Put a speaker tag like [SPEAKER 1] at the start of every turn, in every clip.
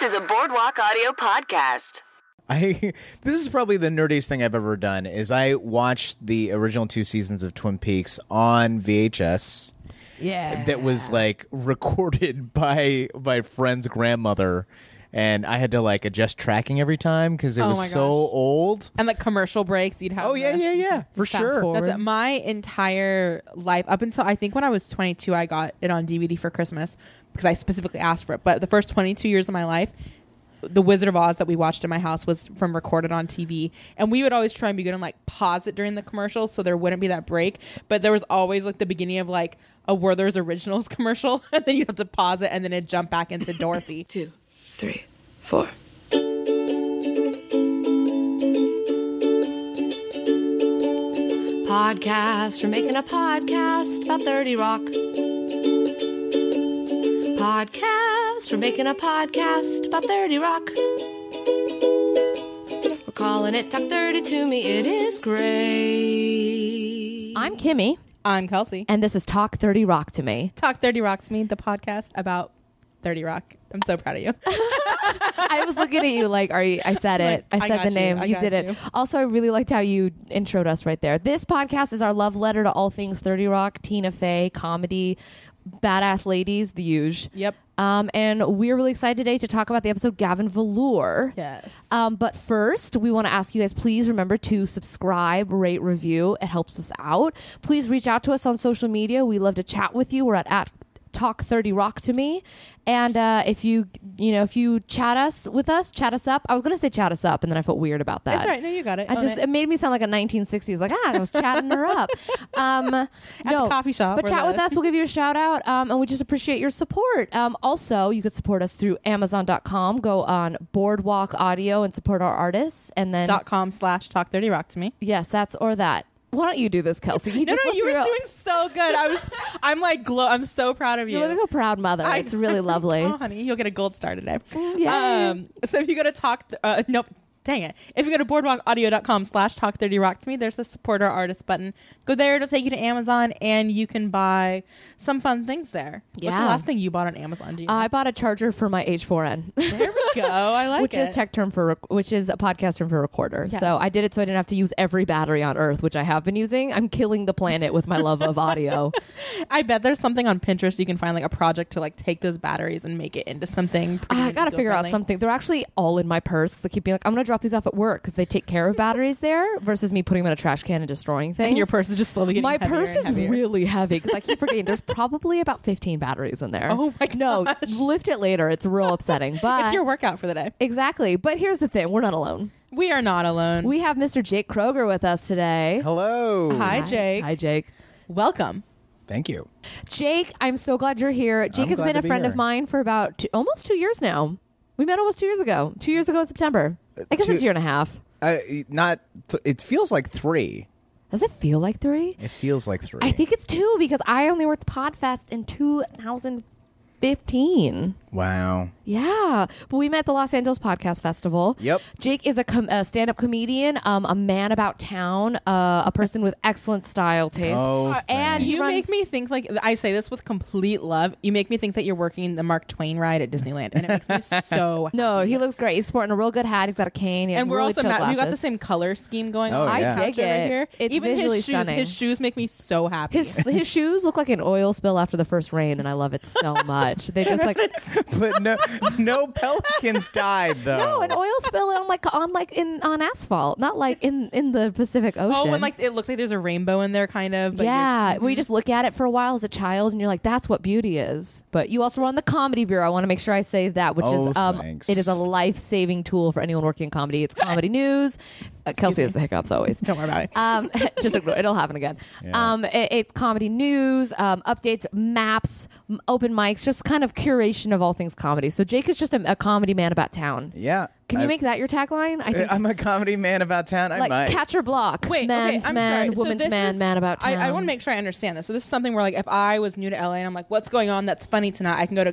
[SPEAKER 1] to the Boardwalk Audio Podcast.
[SPEAKER 2] I this is probably the nerdiest thing I've ever done is I watched the original two seasons of Twin Peaks on VHS
[SPEAKER 3] Yeah.
[SPEAKER 2] that was like recorded by my friend's grandmother and I had to like adjust tracking every time cuz it
[SPEAKER 3] Oh my
[SPEAKER 2] was so
[SPEAKER 3] gosh.
[SPEAKER 2] old.
[SPEAKER 4] and like commercial breaks you'd have
[SPEAKER 2] Oh yeah,
[SPEAKER 4] the-
[SPEAKER 2] yeah, yeah. For
[SPEAKER 3] Fast
[SPEAKER 2] sure.
[SPEAKER 3] forward.
[SPEAKER 4] that's it. my entire life up until i think when i was 22 i got it on dvd for christmas because i specifically asked for it but the first 22 years of my life the wizard of oz that we watched in my house was from recorded on tv and we would always try and be good and like pause it during the commercials so there wouldn't be that break but there was always like the beginning of like a werther's originals commercial and then you have to pause it and then it jump back into dorothy
[SPEAKER 5] two, three, four. Podcast. We're making a podcast about 30 Rock. Podcast. We're making a podcast about 30 Rock. We're calling it Talk 30 to Me. It is great.
[SPEAKER 6] I'm Kimmy,
[SPEAKER 4] i'm kelsey
[SPEAKER 6] and this is Talk 30 Rock to me.
[SPEAKER 4] talk 30 rocks me the podcast about 30 rock i'm so proud of you
[SPEAKER 6] I was looking at you like, are you? I said it.
[SPEAKER 4] Like,
[SPEAKER 6] I
[SPEAKER 4] I
[SPEAKER 6] said
[SPEAKER 4] got
[SPEAKER 6] the
[SPEAKER 4] you.
[SPEAKER 6] name.
[SPEAKER 4] I
[SPEAKER 6] You
[SPEAKER 4] got
[SPEAKER 6] did
[SPEAKER 4] you.
[SPEAKER 6] it. Also, I really liked how you introed us right there. This podcast is our love letter to all things 30 Rock, Tina Fey, comedy, badass ladies, the huge.
[SPEAKER 4] Yep.
[SPEAKER 6] Um, and we're really excited today to talk about the episode Gavin Velour.
[SPEAKER 4] Yes.
[SPEAKER 6] Um, but first, we want to ask you guys please remember to subscribe, rate, review. It helps us out. Please reach out to us on social media. We love to chat with you. We're at, at Talk 30 Rock to me. And uh, if you, you know, if you chat us with us, chat us up. I was going to say chat us up, and then I felt weird about that.
[SPEAKER 4] It's all right. No, you got it.
[SPEAKER 6] I
[SPEAKER 4] Own
[SPEAKER 6] just
[SPEAKER 4] it.
[SPEAKER 6] it. made me sound like a 1960s like ah I was chatting her up um at
[SPEAKER 4] the coffee shop
[SPEAKER 6] but
[SPEAKER 4] or
[SPEAKER 6] chat
[SPEAKER 4] the-
[SPEAKER 6] with us we'll give you a shout out um, and we just appreciate your support um, also you could support us through amazon.com go on boardwalk audio and support our artists and then
[SPEAKER 4] dot com slash talk 30 rock to me
[SPEAKER 6] yes that's or that why don't you do this Kelsey you
[SPEAKER 4] no
[SPEAKER 6] just
[SPEAKER 4] no
[SPEAKER 6] look
[SPEAKER 4] you were
[SPEAKER 6] real-
[SPEAKER 4] doing so good i was i'm like glow i'm so proud of you
[SPEAKER 6] you look like a proud mother
[SPEAKER 4] I-
[SPEAKER 6] it's really lovely
[SPEAKER 4] oh honey you'll get a gold star today
[SPEAKER 6] Mm, yay.
[SPEAKER 4] um so if you go to talk th- uh, nope dang it if you go to boardwalkaudio.com slash talk 30 rock to me there's the support our artist button go there it'll take you to amazon and you can buy some fun things there what's the
[SPEAKER 6] Yeah.
[SPEAKER 4] last thing you bought on amazon Gina?
[SPEAKER 6] I bought a charger for my H4n
[SPEAKER 4] there we go i like
[SPEAKER 6] which
[SPEAKER 4] it
[SPEAKER 6] is tech term for rec- which is a podcast term for recorder.
[SPEAKER 4] Yes.
[SPEAKER 6] So I did it so I didn't have to use every battery on Earth, which I have been using. I'm killing the planet with my love of audio.
[SPEAKER 4] I bet there's something on Pinterest you can find like a project to like take those batteries and make it into something. pretty
[SPEAKER 6] Ah, I gotta figure out
[SPEAKER 4] eco-friendly.
[SPEAKER 6] something. They're actually all in my purse because I keep being like, I'm gonna drop these off at work because they take care of batteries there versus me putting them in a trash can and destroying things.
[SPEAKER 4] And your purse is just slowly getting
[SPEAKER 6] my
[SPEAKER 4] heavier
[SPEAKER 6] purse
[SPEAKER 4] and
[SPEAKER 6] is
[SPEAKER 4] heavier.
[SPEAKER 6] really heavy because I keep forgetting. There's probably about 15 batteries in there.
[SPEAKER 4] Oh my
[SPEAKER 6] No,
[SPEAKER 4] gosh.
[SPEAKER 6] lift it later. It's real upsetting. But
[SPEAKER 4] It's your workout for the day.
[SPEAKER 6] exactly. But here's the thing: we're not alone.
[SPEAKER 4] We are not alone.
[SPEAKER 6] We have Mr. Jake Kroger with us today.
[SPEAKER 2] Hello.
[SPEAKER 4] Hi, Jake.
[SPEAKER 6] Hi, Jake.
[SPEAKER 4] Welcome.
[SPEAKER 2] Thank you.
[SPEAKER 6] Jake, I'm so glad you're here. Jake
[SPEAKER 2] I'm
[SPEAKER 6] has
[SPEAKER 2] glad
[SPEAKER 6] been
[SPEAKER 2] to
[SPEAKER 6] a
[SPEAKER 2] be
[SPEAKER 6] friend of
[SPEAKER 2] here.
[SPEAKER 6] mine for about two, almost two years now. We met almost two years ago. Two years ago in September.
[SPEAKER 4] Uh,
[SPEAKER 6] I guess
[SPEAKER 2] two-
[SPEAKER 6] it's a year and a half.
[SPEAKER 2] Uh, not th- it feels like 3.
[SPEAKER 6] Does it feel like three?
[SPEAKER 2] It feels like 3.
[SPEAKER 6] I think it's two because I only worked Podfest in 2015.
[SPEAKER 2] wow.
[SPEAKER 6] Yeah, but we met at the Los Angeles Podcast Festival.
[SPEAKER 2] Yep.
[SPEAKER 6] Jake is a, com- a stand-up comedian, um, a man about town, uh, a person with excellent style taste.
[SPEAKER 4] Uh,
[SPEAKER 2] Oh,
[SPEAKER 6] and
[SPEAKER 2] thanks.
[SPEAKER 6] he
[SPEAKER 4] you
[SPEAKER 6] runs-
[SPEAKER 4] make me think like I say this with complete love. You make me think that you're working the Mark Twain ride at Disneyland, and it makes me so.
[SPEAKER 6] No, he looks great. He's sporting a real good hat. He's got a cane. He has
[SPEAKER 4] And we're
[SPEAKER 6] really
[SPEAKER 4] also
[SPEAKER 6] chill
[SPEAKER 4] ma- you got the
[SPEAKER 6] glasses.
[SPEAKER 4] same color scheme going
[SPEAKER 2] Oh,
[SPEAKER 4] on.
[SPEAKER 2] I
[SPEAKER 4] on the
[SPEAKER 6] dig
[SPEAKER 4] couch over
[SPEAKER 6] it.
[SPEAKER 4] Here.
[SPEAKER 6] It's
[SPEAKER 4] Even
[SPEAKER 6] visually
[SPEAKER 4] his shoes,
[SPEAKER 6] stunning.
[SPEAKER 4] his shoes make me so happy.
[SPEAKER 6] His his shoes look like an oil spill after the first rain, and I love it so much. They just like
[SPEAKER 2] but no, no pelicans died though.
[SPEAKER 6] no Oh, an oil spill on like on like in on asphalt, not like in in the Pacific Ocean.
[SPEAKER 4] oh, and like it looks like there's a rainbow in there, kind of. But you're
[SPEAKER 6] yeah,
[SPEAKER 4] just-
[SPEAKER 6] where
[SPEAKER 2] Mhm.
[SPEAKER 6] you just look at it for a while as a child, and you're like, "That's what beauty is." But you also run the comedy bureau. I want to make sure I say that, which
[SPEAKER 2] Oh,
[SPEAKER 6] is um,
[SPEAKER 2] thanks.
[SPEAKER 6] it is a life saving tool for anyone working in comedy. It's comedy news. Uh, Kelsey has the hiccups always.
[SPEAKER 4] don't worry about it.
[SPEAKER 6] um, just ignore it'll happen again.
[SPEAKER 2] Yeah.
[SPEAKER 6] Um, it- it's comedy news, um, updates, maps, m- open mics, just kind of curation of all things comedy. So Jake is just a, a comedy man about town.
[SPEAKER 2] Yeah.
[SPEAKER 6] Can you
[SPEAKER 2] I-
[SPEAKER 6] make that your tagline? I think
[SPEAKER 2] Uh, I'm a comedy man about town. I
[SPEAKER 6] like
[SPEAKER 2] might.
[SPEAKER 6] catch or block.
[SPEAKER 4] Wait,
[SPEAKER 6] man's
[SPEAKER 4] okay, I'm
[SPEAKER 6] man,
[SPEAKER 4] sorry. So
[SPEAKER 6] woman's
[SPEAKER 4] this
[SPEAKER 6] man,
[SPEAKER 4] is-
[SPEAKER 6] man about town.
[SPEAKER 4] I, I want to make sure I understand this. So this is something where, like, if I was new to LA and I'm like, "What's going on? That's funny tonight." I can go to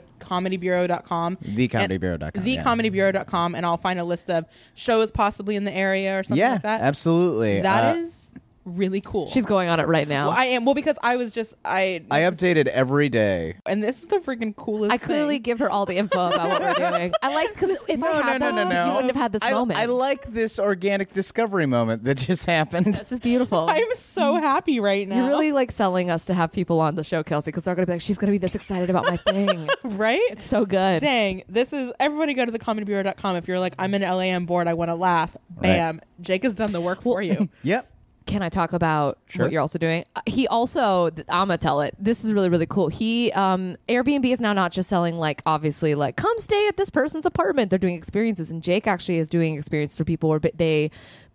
[SPEAKER 4] comedybureau.com,
[SPEAKER 2] Thecomedybureau.com, yeah.
[SPEAKER 4] thecomedybureau.com, and I'll find a list of shows possibly in the area or something
[SPEAKER 2] yeah,
[SPEAKER 4] like that.
[SPEAKER 2] absolutely.
[SPEAKER 4] That
[SPEAKER 2] Uh,
[SPEAKER 4] is really cool.
[SPEAKER 6] She's going on it right now.
[SPEAKER 4] Well, I am well because I was just I
[SPEAKER 2] I updated every day.
[SPEAKER 4] and this is the freaking coolest.
[SPEAKER 6] I clearly
[SPEAKER 4] thing.
[SPEAKER 6] give her all the info about what we're doing. I like because if I had that, you wouldn't have had this
[SPEAKER 2] I,
[SPEAKER 6] moment.
[SPEAKER 2] I like this organic discovery moment that just happened.
[SPEAKER 6] this is beautiful.
[SPEAKER 4] I'm so happy right now.
[SPEAKER 6] You're really like selling us to have people on the show, Kelsey, because they're gonna be like, she's gonna be this excited about my thing.
[SPEAKER 4] right?
[SPEAKER 6] so good.
[SPEAKER 4] Dang, this is everybody go to thecomedybureau.com if you're like, I'm in LA, I'm bored, I want to laugh. Bam. Jake has done the work for you.
[SPEAKER 2] Yep.
[SPEAKER 6] Can I talk about
[SPEAKER 2] Sure.
[SPEAKER 6] what you're also doing? Uh, He also, th- I'm gonna tell it. This is really, really cool. He, um, Airbnb is now not just selling like obviously like come stay at this person's apartment. They're doing experiences, and Jake actually is doing experiences for people where b- they.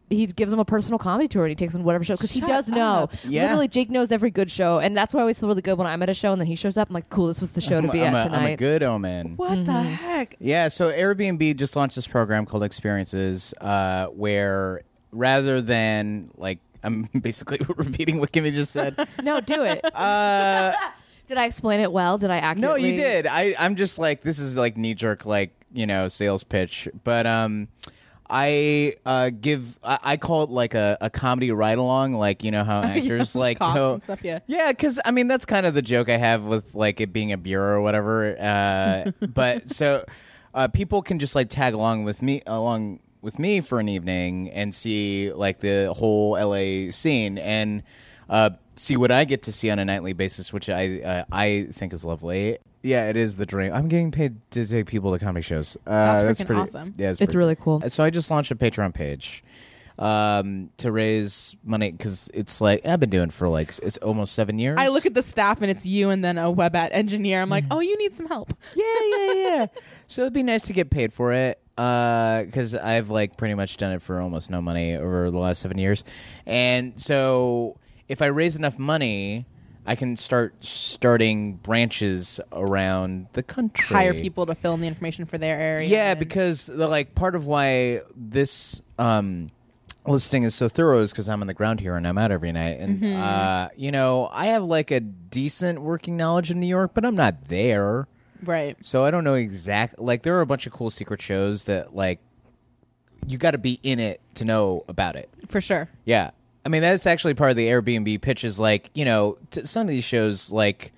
[SPEAKER 6] He gives them a personal comedy tour and he takes them to whatever show because he
[SPEAKER 4] Shut
[SPEAKER 6] does know.
[SPEAKER 4] up.
[SPEAKER 2] Yeah.
[SPEAKER 6] Literally, Jake knows every good show, and that's why I always feel really good when I'm at a show and then he shows up. I'm like, cool, this was the show to
[SPEAKER 2] I'm,
[SPEAKER 6] be
[SPEAKER 2] I'm
[SPEAKER 6] at
[SPEAKER 2] a,
[SPEAKER 6] tonight.
[SPEAKER 2] I'm a good omen.
[SPEAKER 4] What the heck?
[SPEAKER 2] Yeah, so Airbnb just launched this program called Experiences, uh, where rather than like I'm basically repeating what Kimmy just said.
[SPEAKER 6] no, do it.
[SPEAKER 2] Uh,
[SPEAKER 6] Did I explain it well? Did I
[SPEAKER 2] no,
[SPEAKER 6] accurately?
[SPEAKER 2] you did. I I'm just like this is like knee jerk like you know sales pitch, but um. I uh, give I, I call it like a, a comedy ride along, like you know how actors like
[SPEAKER 4] Cops
[SPEAKER 2] go
[SPEAKER 4] and stuff, yeah.
[SPEAKER 2] Yeah, because I mean that's kind of the joke I have with like it being a bureau or whatever. Uh, but so uh, people can just like tag along with me along with me for an evening and see like the whole LA scene and uh, see what I get to see on a nightly basis, which I uh, I think is lovely. Yeah, it is the dream. I'm getting paid to take people to comedy shows. Uh,
[SPEAKER 4] That's
[SPEAKER 2] that's,
[SPEAKER 4] freaking
[SPEAKER 2] pretty
[SPEAKER 4] awesome.
[SPEAKER 2] Yeah, it's,
[SPEAKER 6] It's
[SPEAKER 2] pretty-
[SPEAKER 6] really cool.
[SPEAKER 2] so I just launched a Patreon page um, to raise money because it's like I've been doing it for like it's almost seven years.
[SPEAKER 4] I look at the staff and it's you and then a web at engineer. I'm like, oh, you need some help.
[SPEAKER 2] yeah, yeah, yeah. so it'd be nice to get paid for it because I've like pretty much done it for almost no money over the last seven years, and so if I raise enough money. I can start starting branches around the country.
[SPEAKER 4] Hire people to fill in the information for their area.
[SPEAKER 2] Yeah,
[SPEAKER 4] and-
[SPEAKER 2] because the, like part of why this um, listing is so thorough is because I'm on the ground here and I'm out every night, and uh, you know I have like a decent working knowledge of New York, but I'm not there,
[SPEAKER 4] right.
[SPEAKER 2] so I don't know exact. Like there are a bunch of cool secret shows that like you got to be in it to know about it.
[SPEAKER 4] For sure.
[SPEAKER 2] Yeah. I mean, that's actually part of the Airbnb pitch is like, you know, t- some of these shows like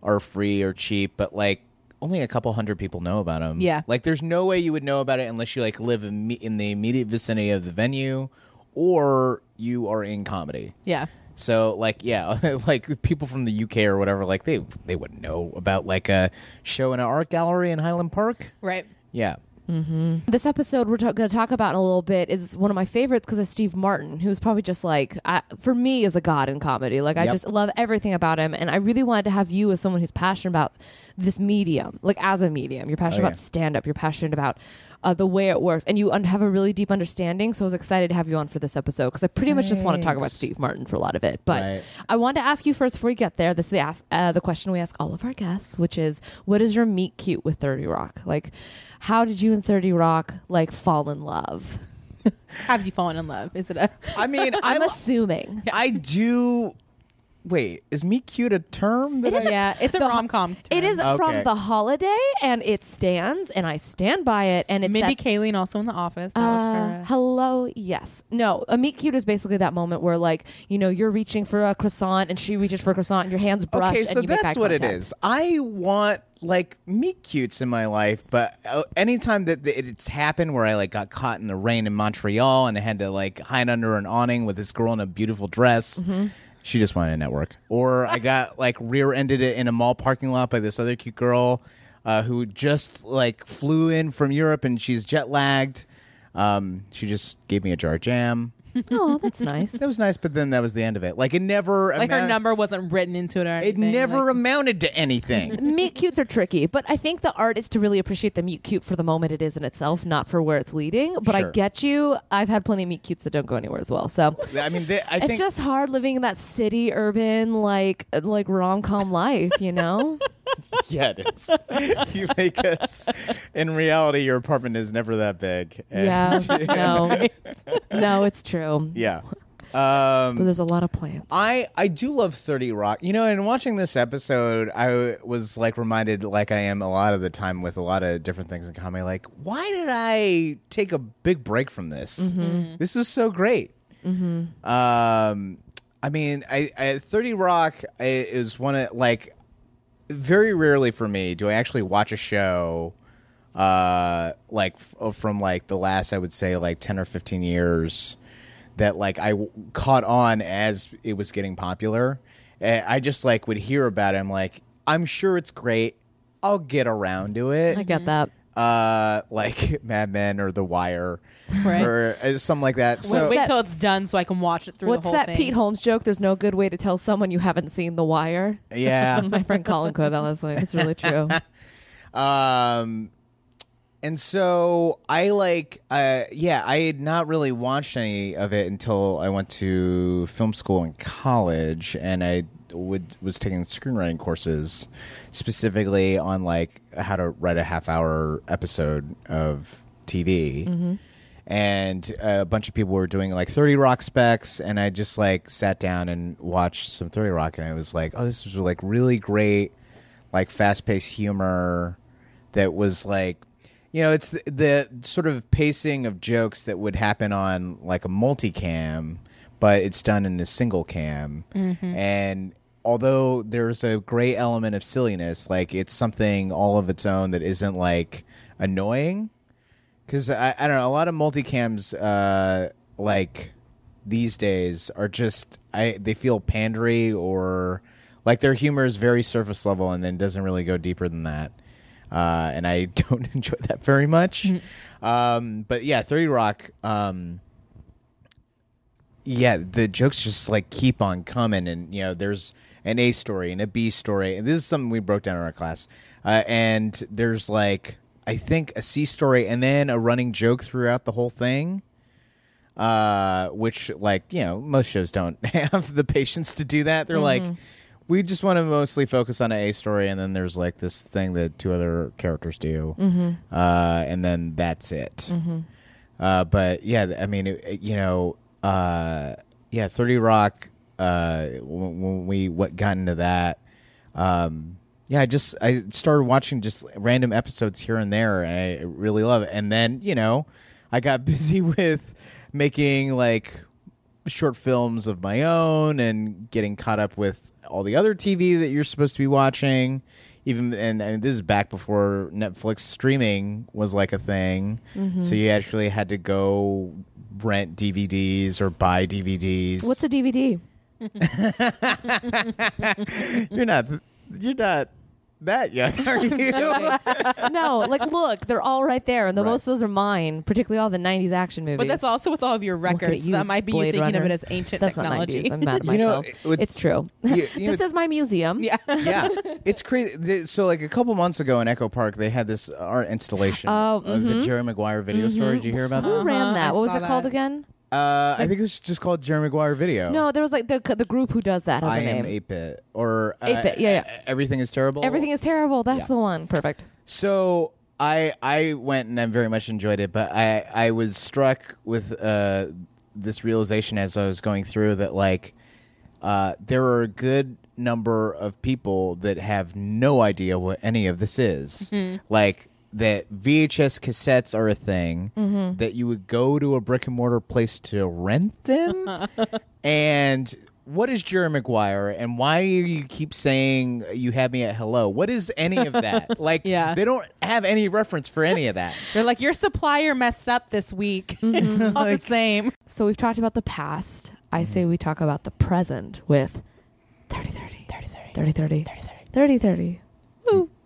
[SPEAKER 2] are free or cheap, but like only a couple hundred people know about them.
[SPEAKER 4] Yeah.
[SPEAKER 2] Like there's no way you would know about it unless you like live in, me- in the immediate vicinity of the venue or you are in comedy.
[SPEAKER 4] Yeah.
[SPEAKER 2] So like yeah, like people from the UK or whatever, like they they wouldn't know about like a show in an art gallery in Highland Park.
[SPEAKER 4] Right.
[SPEAKER 2] Yeah.
[SPEAKER 6] This episode we're ta- going to talk about in a little bit is one of my favorites because of Steve Martin, who's probably just like, I, for me, is a god in comedy. Like, I
[SPEAKER 2] Yep.
[SPEAKER 6] just love everything about him. And I really wanted to have you as someone who's passionate about this medium, like, as a medium. You're passionate
[SPEAKER 2] Oh,
[SPEAKER 6] about
[SPEAKER 2] yeah.
[SPEAKER 6] stand up, you're passionate about uh, the way it works, and you un- have a really deep understanding. So I was excited to have you on for this episode because I pretty much just want to talk about Steve Martin for a lot of it. But
[SPEAKER 2] Right.
[SPEAKER 6] I wanted to ask you first before we get there. This is the ask uh, the question we ask all of our guests, which is, what is your meet cute with Thirty Rock? Like, how did you and Thirty Rock like fall in love?
[SPEAKER 4] Have you fallen in love? Is it a
[SPEAKER 2] I mean,
[SPEAKER 6] I'm
[SPEAKER 2] I
[SPEAKER 6] assuming
[SPEAKER 2] I do Wait, is me cute a term that I
[SPEAKER 4] yeah? It's a
[SPEAKER 6] The-
[SPEAKER 4] rom com.
[SPEAKER 6] it is
[SPEAKER 2] Okay.
[SPEAKER 6] from the holiday, and it stands, and I stand by it. And it's
[SPEAKER 4] Mindy
[SPEAKER 6] that-
[SPEAKER 4] Kaling also in the office. That was
[SPEAKER 6] Uh,
[SPEAKER 4] her.
[SPEAKER 6] hello, yes. No, a meet cute is basically that moment where, like, you know, you're reaching for a croissant and she reaches for a croissant and your hands brush.
[SPEAKER 2] Okay, so
[SPEAKER 6] and you make
[SPEAKER 2] that's
[SPEAKER 6] eye
[SPEAKER 2] what it
[SPEAKER 6] contact.
[SPEAKER 2] is. I want like meet cutes in my life, but uh, anytime that that it's happened where I like got caught in the rain in Montreal and I had to like hide under an awning with this girl in a beautiful dress.
[SPEAKER 6] Mm-hmm.
[SPEAKER 2] She just wanted to network. Or I got like rear ended in a mall parking lot by this other cute girl uh, who just like flew in from Europe and she's jet lagged. Um, she just gave me a jar of jam.
[SPEAKER 6] Oh, that's nice.
[SPEAKER 2] That was nice, but then that was the end of it. Like it never
[SPEAKER 4] Like her
[SPEAKER 2] amount-
[SPEAKER 4] number wasn't written into it or
[SPEAKER 2] It
[SPEAKER 4] anything.
[SPEAKER 2] never
[SPEAKER 4] Like,
[SPEAKER 2] amounted to anything.
[SPEAKER 6] meet cutes are tricky, but I think the art is to really appreciate the meet cute for the moment it is in itself, not for where it's leading. But I
[SPEAKER 2] Sure.
[SPEAKER 6] get you. I've had plenty of meet cutes that don't go anywhere as well. So
[SPEAKER 2] I mean, they, I
[SPEAKER 6] it's
[SPEAKER 2] think
[SPEAKER 6] just hard living in that city, urban, like like rom com life. You know,
[SPEAKER 2] yeah, it is. you make us. In reality, your apartment is never that big. And-
[SPEAKER 6] yeah, no, no, it's true.
[SPEAKER 2] yeah.
[SPEAKER 6] But
[SPEAKER 2] Um,
[SPEAKER 6] there's a lot of plants.
[SPEAKER 2] I I do love Thirty Rock. You know, in watching this episode, I w- was like reminded, like I am a lot of the time with a lot of different things in comedy. Like, why did I
[SPEAKER 6] Mm-hmm.
[SPEAKER 2] take a big break from this? This was so great. Um, I mean, I, I Thirty Rock i- is one of like very rarely for me do I actually watch a show uh like f- from like the last I would say like 10 or 15 years that like I w- caught on as it was getting popular. And I just like would hear about it I'm like I'm sure it's great. I'll get around to it
[SPEAKER 6] I get that.
[SPEAKER 2] uh like Mad Men or The Wire
[SPEAKER 4] Right.
[SPEAKER 2] or uh, something like that. So
[SPEAKER 4] Wait
[SPEAKER 6] that-
[SPEAKER 4] till it's done so I can watch it through.
[SPEAKER 6] What's
[SPEAKER 4] the whole
[SPEAKER 6] that
[SPEAKER 4] thing.
[SPEAKER 6] Pete Holmes joke? There's no good way to tell someone you haven't seen The Wire.
[SPEAKER 2] yeah.
[SPEAKER 6] My friend Colin Covell is like, it's really true.
[SPEAKER 2] Um and so I like uh yeah, I had not really watched any of it until I went to film school in college and I would was taking screenwriting courses specifically on like how to write a half hour episode of TV. and a bunch of people were doing like 30 rock specs and i just like sat down and watched some 30 rock and i was like oh this was like really great like fast-paced humor that was like you know it's the, the sort of pacing of jokes that would happen on like a multicam but it's done in a single cam and although there's a great element of silliness like it's something all of its own that isn't like annoying because I, I don't know a lot of multicams uh like these days are just i they feel pandery or like their humor is very surface level and then doesn't really go deeper than that uh and i don't enjoy that very much um but yeah 30 rock um yeah, the jokes just like keep on coming, and you know, there's an A story and a B story, and this is something we broke down in our class. Uh, and there's like I think a C story, and then a running joke throughout the whole thing, uh, which like you know most shows don't have the patience to do that. They're like, we just want to mostly focus on a A story, and then there's like this thing that two other characters do, uh, and then that's it. Uh, but yeah, th- I mean, it, it- you know, uh, yeah, Thirty Rock. Uh, when, when we what got into that, um, yeah, I just I started watching just random episodes here and there, and I really love it. And then you know, I got busy with making like short films of my own and getting caught up with all the other TV that you're supposed to be watching. Even and, and this is back before Netflix streaming was like a thing, so you actually had to go rent DVDs or buy DVDs.
[SPEAKER 6] What's a DVD?
[SPEAKER 2] you're not you're not that young, are you?
[SPEAKER 6] No, like, look, they're all right there, and the
[SPEAKER 2] Right.
[SPEAKER 6] most of those are mine, particularly all the 90s action movies.
[SPEAKER 4] But that's also with all of your
[SPEAKER 6] Look at
[SPEAKER 4] records.
[SPEAKER 6] you,
[SPEAKER 4] that might be you
[SPEAKER 6] Blade
[SPEAKER 4] thinking of it
[SPEAKER 6] Runner.
[SPEAKER 4] as ancient
[SPEAKER 6] That's
[SPEAKER 4] technology.
[SPEAKER 6] Not 90s. I'm mad at
[SPEAKER 2] You know,
[SPEAKER 6] myself.
[SPEAKER 2] it would-
[SPEAKER 6] it's true.
[SPEAKER 2] You- you know,
[SPEAKER 6] this
[SPEAKER 2] it's-
[SPEAKER 6] is my museum.
[SPEAKER 4] yeah.
[SPEAKER 2] yeah, it's crazy. They- So, like a couple months ago in Echo Park, they had this art installation
[SPEAKER 6] Oh, Mm-hmm.
[SPEAKER 2] of the Jerry Maguire video store. Did you hear about
[SPEAKER 6] Who
[SPEAKER 2] that?
[SPEAKER 6] ran
[SPEAKER 4] Uh-huh.
[SPEAKER 6] that?
[SPEAKER 4] I
[SPEAKER 6] What was
[SPEAKER 4] saw
[SPEAKER 6] it called
[SPEAKER 4] that.
[SPEAKER 6] again?
[SPEAKER 2] Uh, I think it was just called Jerry Maguire Video.
[SPEAKER 6] No, there was like the the group who does that has
[SPEAKER 2] I
[SPEAKER 6] a name.
[SPEAKER 2] am 8 bit or uh,
[SPEAKER 6] 8-Bit, yeah, yeah.
[SPEAKER 2] Everything is terrible.
[SPEAKER 6] Everything is terrible. That's
[SPEAKER 2] Yeah.
[SPEAKER 6] the one. Perfect.
[SPEAKER 2] So I I went and I very much enjoyed it, but I I was struck with uh this realization as I was going through that like uh there are a good number of people that have no idea what any of this is.
[SPEAKER 6] Mm-hmm.
[SPEAKER 2] Like that VHS cassettes are a thing
[SPEAKER 6] Mm-hmm.
[SPEAKER 2] that you would go to a brick and mortar place to rent them. And what is Jerry Maguire and why do you keep saying you have me at hello? What is any of that? like
[SPEAKER 4] Yeah.
[SPEAKER 2] they don't have any reference for any of that.
[SPEAKER 4] They're like, your supplier messed up this week. it's all the same.
[SPEAKER 6] So we've talked about the past. I
[SPEAKER 2] Mm-hmm.
[SPEAKER 6] say we talk about the present with 30 30 30 30 30 30 30 30.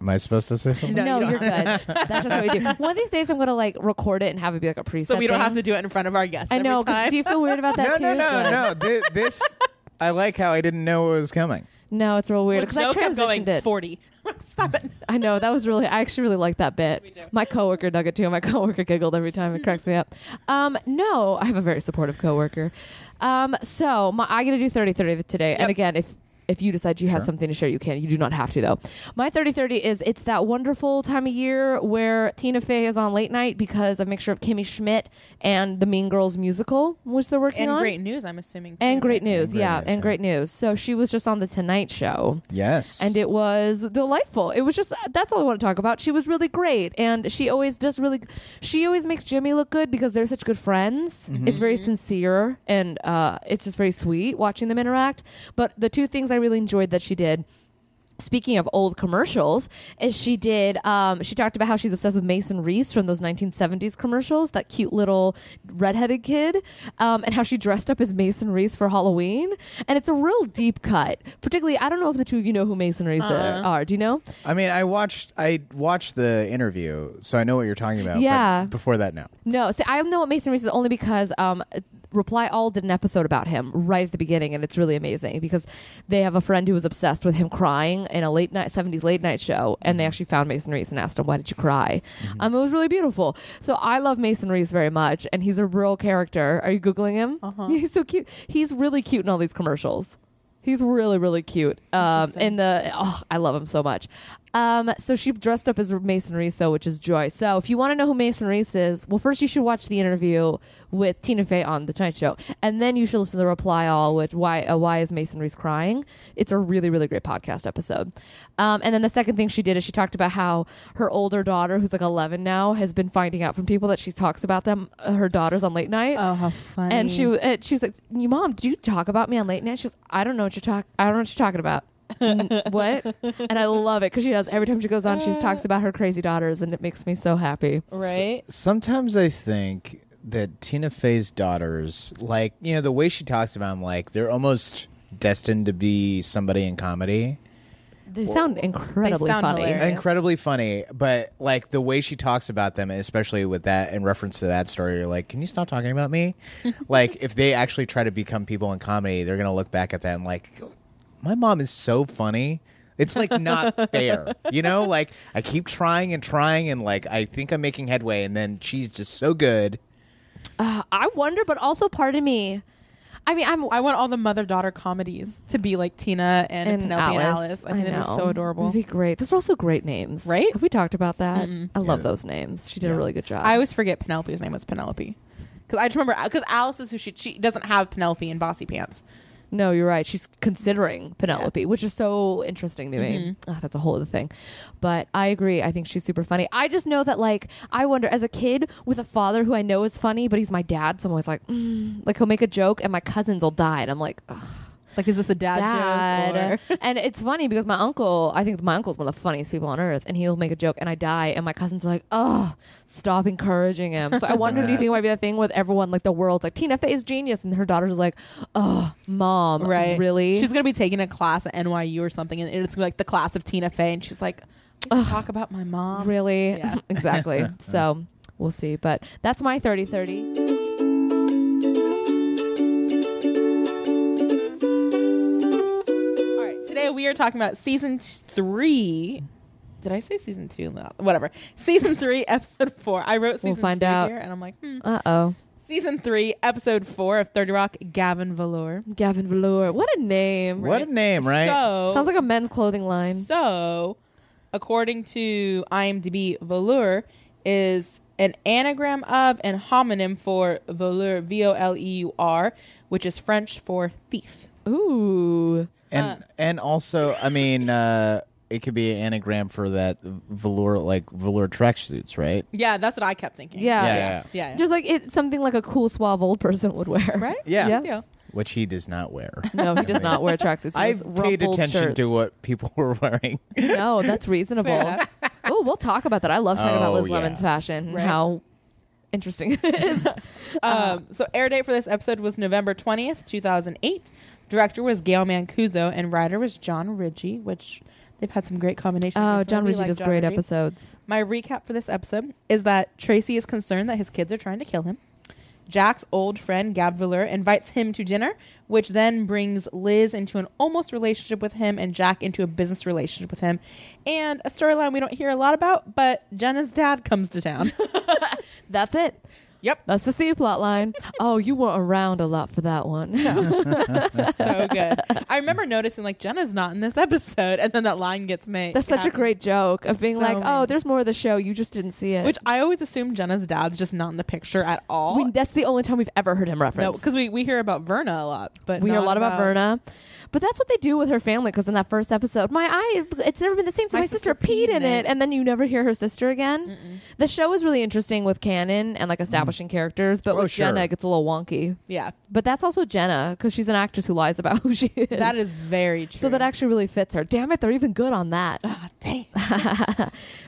[SPEAKER 2] Am I supposed to say something?
[SPEAKER 4] No,
[SPEAKER 6] No,
[SPEAKER 4] you don't
[SPEAKER 6] you are good. That's just what we do. One of these days I'm going to like record it and have it be like a preset.
[SPEAKER 4] So we don't
[SPEAKER 6] thing.
[SPEAKER 4] have to do it in front of our guests.
[SPEAKER 6] I know.
[SPEAKER 4] Every
[SPEAKER 6] 'cause
[SPEAKER 4] time.
[SPEAKER 6] Do you feel weird about that
[SPEAKER 2] No,
[SPEAKER 6] too?
[SPEAKER 2] no, no,
[SPEAKER 6] Good.
[SPEAKER 2] no. Thi- This I like how I didn't know what was coming.
[SPEAKER 6] No, it's real weird
[SPEAKER 4] Well,
[SPEAKER 6] because I
[SPEAKER 4] Joe kept
[SPEAKER 6] transitioned
[SPEAKER 4] going
[SPEAKER 6] it.
[SPEAKER 4] 40. Stop it.
[SPEAKER 6] I know that was really. I actually really liked that bit. My coworker dug it too. My coworker giggled every time. It cracks me up. Um, no, I have a very supportive coworker. Um, so my, I'm gonna do 30 30 today. And
[SPEAKER 4] Yep.
[SPEAKER 6] again, if if you decide you have something to share, you can. You do not have to though. My 30-30 is it's that wonderful time of year where Tina Fey is on late night because a mixture of Kimmy Schmidt and the Mean Girls musical, which they're working
[SPEAKER 4] and
[SPEAKER 6] on.
[SPEAKER 4] great news, I'm assuming. too,
[SPEAKER 6] And
[SPEAKER 4] right?
[SPEAKER 6] great news,
[SPEAKER 2] Great
[SPEAKER 6] yeah,
[SPEAKER 2] News,
[SPEAKER 6] and
[SPEAKER 2] yeah.
[SPEAKER 6] great news. So she was just on the Tonight Show
[SPEAKER 2] Yes.
[SPEAKER 6] and it was delightful. It was just uh, that's all I want to talk about. She was really great, and she always does really. She always makes Jimmy look good because they're such good friends.
[SPEAKER 2] Mm-hmm.
[SPEAKER 6] It's very sincere, and uh, it's just very sweet watching them interact. But the two things I really enjoyed that she did. Speaking of old commercials, is she did um, she talked about how she's obsessed with Mason Reese from those 1970s commercials, that cute little redheaded kid, um, and how she dressed up as Mason Reese for Halloween, and it's a real deep cut. Particularly, I don't know if the two of you know who Mason Reese are- are. Do you know?
[SPEAKER 2] I mean, I watched I watched the interview, so I know what you're talking about. but
[SPEAKER 6] Yeah.
[SPEAKER 2] before that, no.
[SPEAKER 6] No, see, I know what Mason Reese is only because um, Reply All did an episode about him right at the beginning, and it's really amazing because they have a friend who was obsessed with him crying in a late night '70s late night show, and they actually found Mason Reese and asked him, "Why did you cry?" Um, it was really beautiful. So I love Mason Reese very much, and he's a real character. Are you googling him? Uh-huh. He's so cute. He's really cute in all these commercials. He's really, really cute. Um, in the oh, I love him so much. Um, so she dressed up as Mason Reese though, which is joy. So if you want to know who Mason Reese is, well, first you should watch the interview with Tina Fey on the Tonight Show, and then you should listen to the reply all with why uh, why is Mason Reese crying? It's a really, really great podcast episode. Um, and then the second thing she did is she talked about how her older daughter, who's like 11 now, has been finding out from people that she talks about them uh, her daughters on late night.
[SPEAKER 4] Oh, how funny!
[SPEAKER 6] And she uh, she was like, "You mom, do you talk about me on late night?" She goes, "I don't know what you're talk. I don't know what you're talking about." N- what? And I love it because she does every time she goes on. She talks about her crazy daughters, and it makes me so happy.
[SPEAKER 4] right.
[SPEAKER 2] Sometimes I think that Tina Fey's daughters, like you know, the way she talks about them, like they're almost destined to be somebody in comedy.
[SPEAKER 6] They sound incredibly
[SPEAKER 4] sound
[SPEAKER 6] funny.
[SPEAKER 4] hilarious.
[SPEAKER 2] Incredibly funny, but like the way she talks about them, especially with that in reference to that story, you're like, can you stop talking about me? like, if they actually try to become people in comedy, they're gonna look back at that and like, my mom is so funny. It's like not fair, you know. Like I keep trying and trying, and like I think I'm making headway, and then she's just so good.
[SPEAKER 6] Ah, I wonder, but also part of me. I mean, I'm
[SPEAKER 4] I want all the mother daughter comedies to be like Tina and,
[SPEAKER 6] and
[SPEAKER 4] Penelope
[SPEAKER 6] Alice.
[SPEAKER 4] and Alice. I think it'd be
[SPEAKER 6] know.
[SPEAKER 4] so adorable.
[SPEAKER 6] It'd be great. Those are also great names,
[SPEAKER 4] Right?
[SPEAKER 6] Have we talked about that? I love those names. She did a really good job.
[SPEAKER 4] I always forget Penelope's name was Penelope because I just remember because Alice is who she she doesn't have Penelope in bossy pants.
[SPEAKER 6] No, you're right. She's considering Penelope, which is so interesting to me. Ah, that's a whole other thing. But I agree. I think she's super funny. I just know that, like, I wonder as a kid with a father who I know is funny, but he's my dad. So I'm always like, mm. like he'll make a joke, and my cousins will die, and I'm like, ugh,
[SPEAKER 4] Like, is this a dad,
[SPEAKER 6] dad.
[SPEAKER 4] joke? or-
[SPEAKER 6] and it's funny because my uncle, I think my uncle's one of the funniest people on earth, and he'll make a joke, and I die, and my cousins are like, oh, stop encouraging him. So I wonder, do you think it might be that thing with everyone, like the world's like Tina Fey's genius, and her daughter's like, oh, mom,
[SPEAKER 4] Right.
[SPEAKER 6] really?
[SPEAKER 4] She's going to be taking a class at NYU or something, and it's like the class of Tina Fey, and she's like, we should talk about my mom.
[SPEAKER 6] Really?
[SPEAKER 4] Yeah.
[SPEAKER 6] exactly. so we'll see. But that's my 30 30.
[SPEAKER 4] All right, today we are talking about season t- three. Did I say season two? No, whatever. Season three, episode four. I wrote season
[SPEAKER 6] We'll find
[SPEAKER 4] two
[SPEAKER 6] out.
[SPEAKER 4] here, and I'm like, hmm.
[SPEAKER 6] Uh oh.
[SPEAKER 4] season three, episode four of Thirty Rock. Gavin Velour.
[SPEAKER 6] Gavin Velour. What a name.
[SPEAKER 2] What a name, right?
[SPEAKER 4] So
[SPEAKER 6] Sounds like a men's clothing line.
[SPEAKER 4] So, according to IMDb, velour is an anagram of and homonym for voleur, V O L E U R, which is French for thief.
[SPEAKER 6] Ooh.
[SPEAKER 2] and and also, I mean, uh, it could be an anagram for that velour, like velour tracksuits, right?
[SPEAKER 4] Yeah, that's what I kept thinking.
[SPEAKER 6] Yeah.
[SPEAKER 2] Yeah, yeah,
[SPEAKER 4] yeah. yeah.
[SPEAKER 6] Just like it's something like a cool, suave old person would wear.
[SPEAKER 4] right.
[SPEAKER 2] Yeah.
[SPEAKER 6] Yeah.
[SPEAKER 4] Yeah.
[SPEAKER 2] Which he does not wear.
[SPEAKER 6] No, he does not wear tracksuits. He
[SPEAKER 2] I
[SPEAKER 6] wears
[SPEAKER 2] paid
[SPEAKER 6] rumpled
[SPEAKER 2] attention
[SPEAKER 6] shirts.
[SPEAKER 2] to what people were wearing.
[SPEAKER 6] No, that's reasonable.
[SPEAKER 4] enough.
[SPEAKER 6] oh, we'll talk about that. I love talking about
[SPEAKER 2] Oh,
[SPEAKER 6] Liz
[SPEAKER 2] yeah.
[SPEAKER 6] Lemon's fashion. and
[SPEAKER 4] Right.
[SPEAKER 6] How interesting it is.
[SPEAKER 4] Um, so air date for this episode was November twentieth, two thousand eight. Director was Gail Mancuso and writer was John Ritchie, which they've had some great combinations.
[SPEAKER 6] oh,
[SPEAKER 4] recently.
[SPEAKER 6] John
[SPEAKER 4] We
[SPEAKER 6] Ritchie
[SPEAKER 4] like
[SPEAKER 6] does
[SPEAKER 4] John
[SPEAKER 6] great
[SPEAKER 4] Ritchie.
[SPEAKER 6] episodes.
[SPEAKER 4] My recap for this episode is that Tracy is concerned that his kids are trying to kill him. Jack's old friend Gab Velour invites him to dinner, which then brings Liz into an almost relationship with him and Jack into a business relationship with him. And a storyline we don't hear a lot about, but Jenna's dad comes to town.
[SPEAKER 6] That's it.
[SPEAKER 4] Yep.
[SPEAKER 6] That's the C plot line. oh, you weren't around a lot for that one.
[SPEAKER 4] so good. I remember noticing like Jenna's not in this episode, and then that line gets made.
[SPEAKER 6] That's such a
[SPEAKER 4] happens.
[SPEAKER 6] great joke of being
[SPEAKER 4] So
[SPEAKER 6] like, oh,
[SPEAKER 4] many.
[SPEAKER 6] there's more of the show. You just didn't see it.
[SPEAKER 4] Which I always assume Jenna's dad's just not in the picture at all.
[SPEAKER 6] we, that's the only time we've ever heard him
[SPEAKER 4] no,
[SPEAKER 6] referenced.
[SPEAKER 4] because we, we hear about Verna a lot, but
[SPEAKER 6] we hear a
[SPEAKER 4] not
[SPEAKER 6] lot about Verna. But that's what they do with her family. Because in that first episode, my eye, it's never been the same. So my, sister, peed in it, and then you never hear her sister again. The show is really interesting with canon and like establishing characters, but
[SPEAKER 2] Oh,
[SPEAKER 6] with
[SPEAKER 2] sure.
[SPEAKER 6] Jenna, it gets a little wonky.
[SPEAKER 4] Yeah,
[SPEAKER 6] But that's also Jenna because she's an actress who lies about who she is.
[SPEAKER 4] that is very true.
[SPEAKER 6] so that actually really fits her. Damn it, they're even good on that.
[SPEAKER 4] Ah, dang.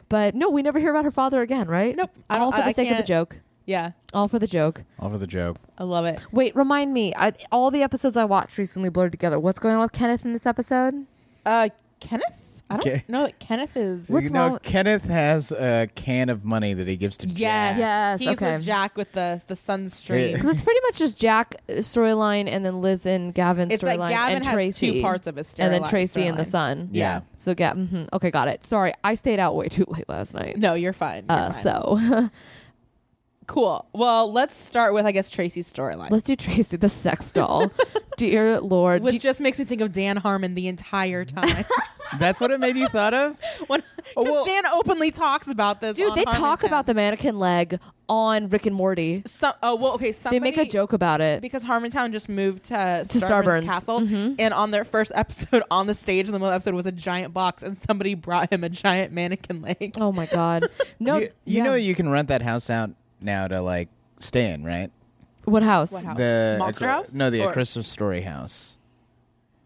[SPEAKER 6] but no, we never hear about her father again, right?
[SPEAKER 4] Nope. I
[SPEAKER 6] All
[SPEAKER 4] don't-
[SPEAKER 6] for the
[SPEAKER 4] I- I
[SPEAKER 6] sake of the
[SPEAKER 4] can't-
[SPEAKER 6] joke.
[SPEAKER 4] Yeah,
[SPEAKER 6] All for the joke.
[SPEAKER 2] All for the joke.
[SPEAKER 4] I love it.
[SPEAKER 6] Wait, remind me. I, all the episodes I watched recently blurred together. What's going on with Kenneth in this episode?
[SPEAKER 4] Uh, Kenneth. I don't
[SPEAKER 2] Okay.
[SPEAKER 4] know. that Kenneth is.
[SPEAKER 6] What's
[SPEAKER 2] you know,
[SPEAKER 6] wrong-
[SPEAKER 2] Kenneth has a can of money that he gives to
[SPEAKER 4] Yes.
[SPEAKER 2] Jack.
[SPEAKER 6] Yes,
[SPEAKER 4] He's
[SPEAKER 6] okay.
[SPEAKER 4] with Jack with the the sunstream.
[SPEAKER 6] Because it's pretty much just Jack uh, storyline and then Liz and Gavin's
[SPEAKER 4] It's like
[SPEAKER 6] storyline
[SPEAKER 4] Gavin
[SPEAKER 6] and
[SPEAKER 4] has
[SPEAKER 6] Tracy.
[SPEAKER 4] two parts of his
[SPEAKER 6] and then
[SPEAKER 4] storyline-
[SPEAKER 6] Tracy and the
[SPEAKER 4] storyline.
[SPEAKER 6] son.
[SPEAKER 2] Yeah.
[SPEAKER 6] So get mhm. okay, got it. Sorry, I stayed out way too late last night.
[SPEAKER 4] No, you're fine. You're
[SPEAKER 6] uh,
[SPEAKER 4] fine.
[SPEAKER 6] so
[SPEAKER 4] cool. Well, let's start with I guess Tracy's storyline,
[SPEAKER 6] let's do Tracy the sex doll. Dear Lord,
[SPEAKER 4] which
[SPEAKER 6] do-
[SPEAKER 4] just makes me think of Dan Harmon the entire time.
[SPEAKER 2] That's what it made you thought of?
[SPEAKER 4] when
[SPEAKER 2] Oh,
[SPEAKER 4] 'cause
[SPEAKER 2] well-
[SPEAKER 4] Dan openly talks about this.
[SPEAKER 6] dude,
[SPEAKER 4] on
[SPEAKER 6] they
[SPEAKER 4] Harmontown.
[SPEAKER 6] talk about the mannequin leg on Rick and Morty.
[SPEAKER 4] Some, oh well, okay. Somebody,
[SPEAKER 6] they make a joke about it.
[SPEAKER 4] because Harmontown just moved to,
[SPEAKER 6] Starburns.
[SPEAKER 4] Starburns Castle, and on their first episode on the stage in the middle of the episode was a giant box, and somebody brought him a giant mannequin leg.
[SPEAKER 6] oh my god, no,
[SPEAKER 2] you you
[SPEAKER 6] yeah.
[SPEAKER 2] know you can rent that house out now to like stay in, right?
[SPEAKER 6] what house?
[SPEAKER 4] What house?
[SPEAKER 2] The
[SPEAKER 4] Monster
[SPEAKER 2] a-
[SPEAKER 4] House?
[SPEAKER 2] No, the A
[SPEAKER 4] Or-
[SPEAKER 2] Christmas Story house.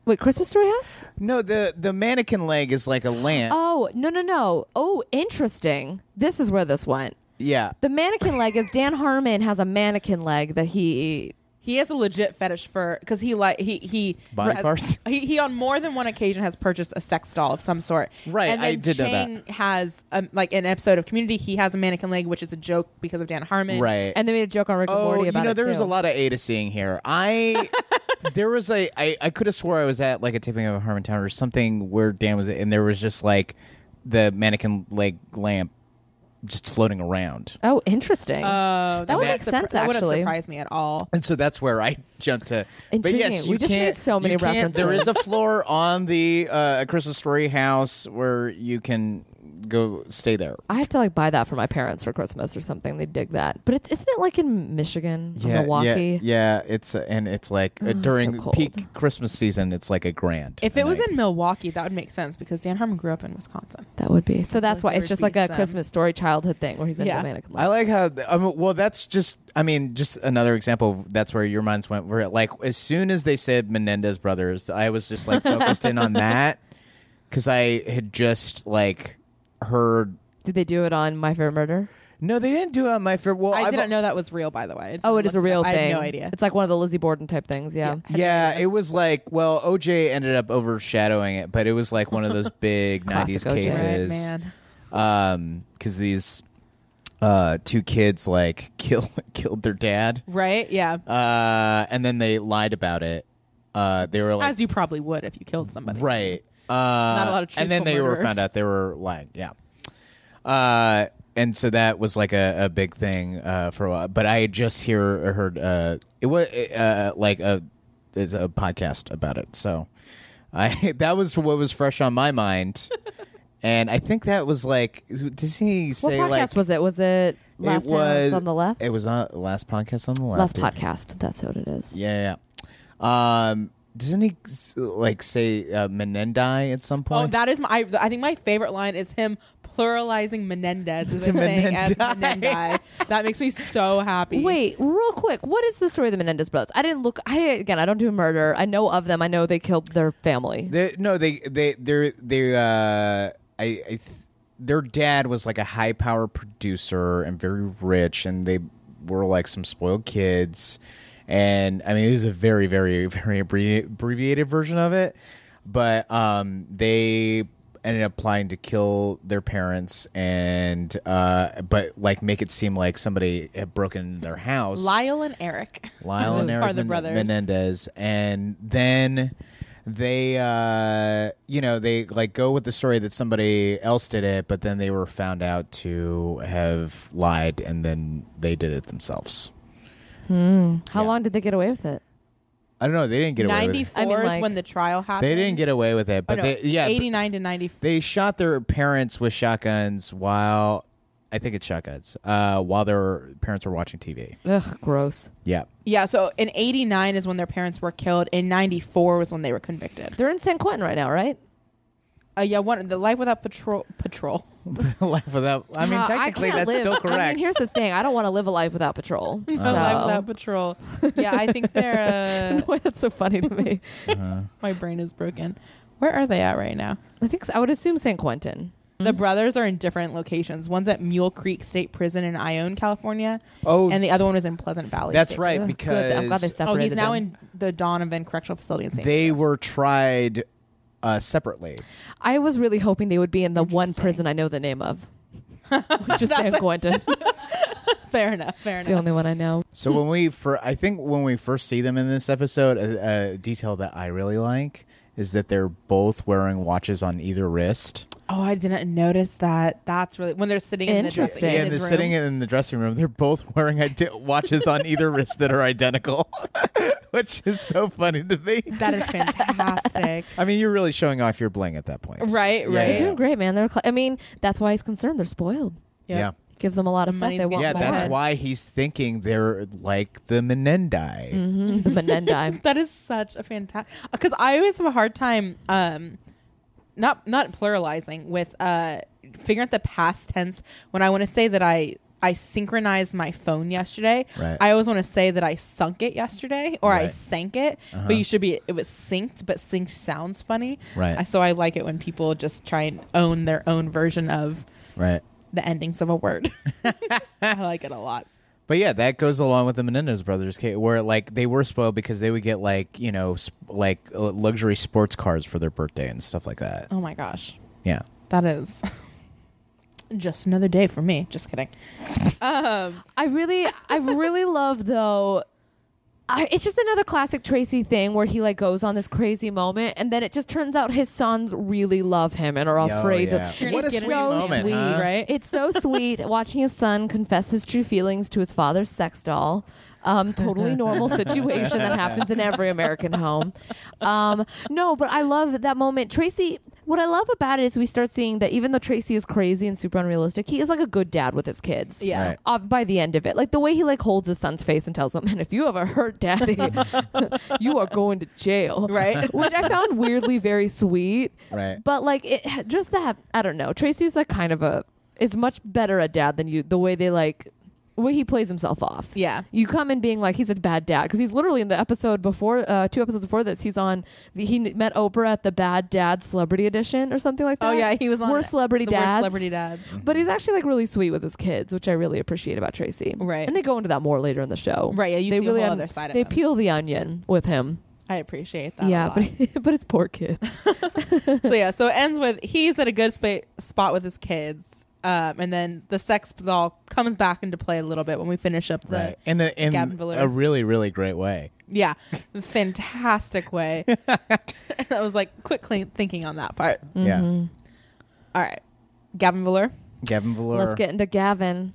[SPEAKER 6] Wait, Christmas Story House?
[SPEAKER 2] No, the the mannequin leg is like a lamp.
[SPEAKER 6] Oh no no no! Oh, interesting. This is where this went.
[SPEAKER 2] yeah.
[SPEAKER 6] The mannequin leg is Dan Harmon has a mannequin leg that he
[SPEAKER 4] He has a legit fetish for because he like he he
[SPEAKER 2] Body
[SPEAKER 4] has-
[SPEAKER 2] parts?
[SPEAKER 4] He, he on more than one occasion has purchased a sex doll of some sort.
[SPEAKER 2] Right,
[SPEAKER 4] and
[SPEAKER 2] I
[SPEAKER 4] then
[SPEAKER 2] did know that.
[SPEAKER 4] Chang has um, like an episode of Community. He has a mannequin leg, which is a joke because of Dan Harmon.
[SPEAKER 2] Right.
[SPEAKER 6] and they made a joke on Rick and
[SPEAKER 2] oh,
[SPEAKER 6] Morty about
[SPEAKER 2] you know,
[SPEAKER 6] it.
[SPEAKER 2] there was a
[SPEAKER 6] too.
[SPEAKER 2] lot of A to seeing here. I there was a I, I could have swore I was at like a tipping of a Harmontown or something where Dan was and there was just like the mannequin leg lamp just floating around.
[SPEAKER 6] Oh, interesting.
[SPEAKER 4] Uh,
[SPEAKER 6] That would make sense,
[SPEAKER 4] That would have
[SPEAKER 6] actually.
[SPEAKER 4] surprised me at all.
[SPEAKER 2] And so that's where I jumped to. But yes,
[SPEAKER 6] Intriguing.
[SPEAKER 2] you
[SPEAKER 6] We just
[SPEAKER 2] can't-
[SPEAKER 6] made so many
[SPEAKER 2] you can't- There is
[SPEAKER 6] references.
[SPEAKER 2] a floor on the uh, Christmas Story house where you can go stay there.
[SPEAKER 6] I have to like buy that for my parents for Christmas or something. They dig that, but it, isn't it like in Michigan, or Milwaukee? Ah,
[SPEAKER 2] yeah, It's uh, and it's like uh, during
[SPEAKER 6] cold.
[SPEAKER 2] peak Christmas season, it's like a grand.
[SPEAKER 4] If it was
[SPEAKER 2] night.
[SPEAKER 4] in Milwaukee, that would make sense because Dan Harmon grew up in Wisconsin.
[SPEAKER 6] That would be so. That's
[SPEAKER 4] like
[SPEAKER 6] why
[SPEAKER 4] there
[SPEAKER 6] it's
[SPEAKER 4] would
[SPEAKER 6] just
[SPEAKER 4] be
[SPEAKER 6] like a
[SPEAKER 4] some-
[SPEAKER 6] Christmas story childhood thing where he's in
[SPEAKER 4] Yeah.
[SPEAKER 6] the mannequin.
[SPEAKER 2] I like how. th- I mean, well, that's just. I mean, just another example. Of that's where your minds went. Where it, like as soon as they said Menendez brothers, I was just like focused in on that because I had just like heard.
[SPEAKER 6] Did they do it on My Fair Murder?
[SPEAKER 2] No, they didn't do it on my favorite. Well,
[SPEAKER 4] I
[SPEAKER 2] I've-
[SPEAKER 4] didn't know that was real, by the way.
[SPEAKER 6] Oh, it is a real
[SPEAKER 4] I
[SPEAKER 6] thing.
[SPEAKER 4] had no idea.
[SPEAKER 6] It's like one of the Lizzie Borden type things. Yeah.
[SPEAKER 2] Yeah, it was like well, OJ ended up overshadowing it, but it was like one of those big
[SPEAKER 6] Classic
[SPEAKER 2] '90s
[SPEAKER 6] OJ.
[SPEAKER 2] cases.
[SPEAKER 4] man.
[SPEAKER 2] Um, because these uh two kids like kill killed their dad,
[SPEAKER 4] Right? Yeah.
[SPEAKER 2] uh, and then they lied about it. Uh, they were like
[SPEAKER 4] As you probably would if you killed somebody.
[SPEAKER 2] right. Uh,
[SPEAKER 4] a lot of
[SPEAKER 2] and then
[SPEAKER 4] truthful
[SPEAKER 2] they were
[SPEAKER 4] murderers.
[SPEAKER 2] found out they were lying. Yeah. Uh, and so that was like a, a big thing uh, for a while. But I just hear heard uh, it was uh, like a there's a podcast about it. So I that was what was fresh on my mind. And I think that was like, does he
[SPEAKER 6] What
[SPEAKER 2] say
[SPEAKER 6] podcast
[SPEAKER 2] like
[SPEAKER 6] was it? Was it Last
[SPEAKER 2] it was
[SPEAKER 6] House on the Left?
[SPEAKER 2] It was on last podcast on the left.
[SPEAKER 6] last
[SPEAKER 2] yeah.
[SPEAKER 6] podcast. That's what it is.
[SPEAKER 2] Yeah, yeah. Um, doesn't he s- like say uh, Menendi at some
[SPEAKER 4] Oh,
[SPEAKER 2] point?
[SPEAKER 4] that is my. I, I think my favorite line is him pluralizing Menendez as
[SPEAKER 2] To
[SPEAKER 4] saying as
[SPEAKER 2] Menendai.
[SPEAKER 4] Menendai. that makes me so happy.
[SPEAKER 6] Wait, real quick. What is the story of the Menendez brothers? I didn't look. I again, I don't do murder. I know of them. I know they killed their family.
[SPEAKER 2] They, no, they they they they uh, I, I th- their dad was like a high power producer and very rich, and they were like some spoiled kids. And I mean, this is a very very very abbrevi- abbreviated version of it, but um, they ended up planning to kill their parents and uh but like make it seem like somebody had broken into their house
[SPEAKER 4] Lyle and Eric.
[SPEAKER 2] Lyle and
[SPEAKER 4] Are
[SPEAKER 2] Eric
[SPEAKER 4] the
[SPEAKER 2] Men-
[SPEAKER 4] brothers.
[SPEAKER 2] Menendez, and then they uh you know they like go with the story that somebody else did it but then they were found out to have lied and then they did it themselves
[SPEAKER 6] How long did they get away with it?
[SPEAKER 2] i don't know they didn't get away with it
[SPEAKER 4] 94
[SPEAKER 6] I mean,
[SPEAKER 4] is
[SPEAKER 6] like-
[SPEAKER 4] when the trial happened.
[SPEAKER 2] they didn't get away with it
[SPEAKER 4] Oh,
[SPEAKER 2] but
[SPEAKER 4] no,
[SPEAKER 2] they yeah but
[SPEAKER 4] 89 to 94.
[SPEAKER 2] they shot their parents with shotguns while i think it's shotguns uh while their parents were watching tv
[SPEAKER 6] Ugh, gross.
[SPEAKER 2] yeah
[SPEAKER 4] Yeah, so in 89 is when their parents were killed. In 94 was when they were convicted.
[SPEAKER 6] They're in San Quentin right now, right?
[SPEAKER 4] Uh, yeah, one the life without patrol patrol.
[SPEAKER 2] life without i mean
[SPEAKER 6] Uh,
[SPEAKER 2] technically
[SPEAKER 6] can't
[SPEAKER 2] that's
[SPEAKER 6] live-
[SPEAKER 2] still correct
[SPEAKER 6] I mean, here's the thing: I don't want to live a life without patrol. So
[SPEAKER 4] Life without patrol. Yeah, I think they're. Uh,
[SPEAKER 6] Why that's so funny to me.
[SPEAKER 4] my brain is broken. Where are they at right now?
[SPEAKER 6] I think so. I would assume San Quentin.
[SPEAKER 4] The brothers are in different locations. One's at Mule Creek State Prison in Ione, California.
[SPEAKER 2] Oh.
[SPEAKER 4] and the other one was in Pleasant Valley.
[SPEAKER 2] that's
[SPEAKER 4] State
[SPEAKER 2] right
[SPEAKER 6] Ugh,
[SPEAKER 2] because
[SPEAKER 6] good. I'm glad they
[SPEAKER 4] Oh,
[SPEAKER 6] separated.
[SPEAKER 4] he's now
[SPEAKER 6] them.
[SPEAKER 4] in the Donovan Correctional Facility in St.
[SPEAKER 2] they were tried uh, separately.
[SPEAKER 6] I was really hoping they would be in the one prison I know the name of, which is San Quentin.
[SPEAKER 4] Fair enough. Fair
[SPEAKER 6] It's the
[SPEAKER 4] enough.
[SPEAKER 6] only one I know.
[SPEAKER 2] So
[SPEAKER 4] Hmm.
[SPEAKER 2] when we for I think when we first see them in this episode, a, a detail that I really like is that they're both wearing watches on either wrist.
[SPEAKER 4] Oh, I didn't notice that. That's really when they're sitting in the dressing
[SPEAKER 6] Interesting.
[SPEAKER 4] in
[SPEAKER 6] Yeah,
[SPEAKER 2] and they're
[SPEAKER 4] his room.
[SPEAKER 2] sitting in the dressing room. They're both wearing ide- watches on either wrist that are identical, which is so funny to me.
[SPEAKER 4] that is fantastic.
[SPEAKER 2] I mean, you're really showing off your bling at that point,
[SPEAKER 4] Right,
[SPEAKER 2] Yeah,
[SPEAKER 4] right.
[SPEAKER 6] They're
[SPEAKER 2] yeah,
[SPEAKER 6] doing great, man. They're. Cl- I mean, that's why he's concerned. They're spoiled.
[SPEAKER 2] Yeah.
[SPEAKER 6] Gives them a lot of
[SPEAKER 4] The
[SPEAKER 6] stuff
[SPEAKER 4] money's
[SPEAKER 6] they want.
[SPEAKER 2] yeah,
[SPEAKER 4] Well,
[SPEAKER 2] that's
[SPEAKER 4] but-
[SPEAKER 6] more.
[SPEAKER 2] why he's thinking they're like the Menendai.
[SPEAKER 4] Mm-hmm.
[SPEAKER 6] Mm, the Menendai.
[SPEAKER 4] That is such a fantastic because I always have a hard time um not not pluralizing with uh figuring out the past tense when I want to say that I I synchronized my phone yesterday.
[SPEAKER 2] Right.
[SPEAKER 4] I always want to say that I sunk it yesterday or I
[SPEAKER 2] Right. Uh-huh.
[SPEAKER 4] sank it, but you should be it was synced, but synced sounds funny.
[SPEAKER 2] Right.
[SPEAKER 4] I- So I like it when people just try and own their own version of
[SPEAKER 2] Right.
[SPEAKER 4] the endings of a word. I like it a lot.
[SPEAKER 2] But yeah, that goes along with the Menendez brothers, ca- where like they were spoiled because they would get like you know sp- like uh, luxury sports cars for their birthday and stuff like that.
[SPEAKER 4] Oh my gosh.
[SPEAKER 2] Yeah,
[SPEAKER 4] That is just another day for me. Just kidding.
[SPEAKER 6] I really, I really love though. I, it's just another classic Tracy thing where he like goes on this crazy moment, and then it just turns out his sons really love him and are
[SPEAKER 2] Yo,
[SPEAKER 6] afraid
[SPEAKER 2] yeah.
[SPEAKER 6] of.
[SPEAKER 2] What a
[SPEAKER 6] it's
[SPEAKER 2] sweet
[SPEAKER 6] so
[SPEAKER 2] moment,
[SPEAKER 6] sweet,
[SPEAKER 2] huh?
[SPEAKER 4] Right?
[SPEAKER 6] It's so sweet watching his son confess his true feelings to his father's sex doll. Um, totally normal situation that happens in every American home. Um, no, but I love that moment. Tracy, what I love about it is we start seeing that even though Tracy is crazy and super unrealistic, he is like a good dad with his kids
[SPEAKER 4] Yeah.
[SPEAKER 2] Right.
[SPEAKER 6] uh, by the end of it. Like the way he like holds his son's face and tells him, "And if you ever hurt daddy, you are going to jail."
[SPEAKER 4] Right.
[SPEAKER 6] Which I found weirdly very sweet.
[SPEAKER 2] Right.
[SPEAKER 6] But like it just that I don't know. Tracy's like kind of a is much better a dad than you. The way they like the way he plays himself off.
[SPEAKER 4] Yeah.
[SPEAKER 6] You come in being like he's a bad dad because he's literally in the episode before uh, two episodes before this. He's on he met Oprah at the Bad Dad Celebrity Edition or something like that.
[SPEAKER 4] Oh yeah, he was on
[SPEAKER 6] We're celebrity
[SPEAKER 4] the We're
[SPEAKER 6] dads.
[SPEAKER 4] celebrity dads.
[SPEAKER 6] But he's actually like really sweet with his kids, which I really appreciate about Tracy.
[SPEAKER 4] Right.
[SPEAKER 6] And they go into that more later in the show.
[SPEAKER 4] Right, yeah, you
[SPEAKER 6] they
[SPEAKER 4] see a whole other side of
[SPEAKER 6] They
[SPEAKER 4] him.
[SPEAKER 6] peel the onion with him.
[SPEAKER 4] I appreciate that.
[SPEAKER 6] yeah,
[SPEAKER 4] Yeah.
[SPEAKER 6] but but it's poor kids.
[SPEAKER 4] so yeah, so it ends with he's at a good spa- spot with his kids, um, and then the sex doll comes back into play a little bit when we finish up the
[SPEAKER 2] right. In a in
[SPEAKER 4] Gavin Villiers.
[SPEAKER 2] a really really great way.
[SPEAKER 4] yeah, fantastic way. I was like quick clean thinking on that part.
[SPEAKER 2] Yeah,
[SPEAKER 6] Mm-hmm.
[SPEAKER 4] All right, Gavin Villar.
[SPEAKER 2] Gavin Valor.
[SPEAKER 6] Let's get into Gavin.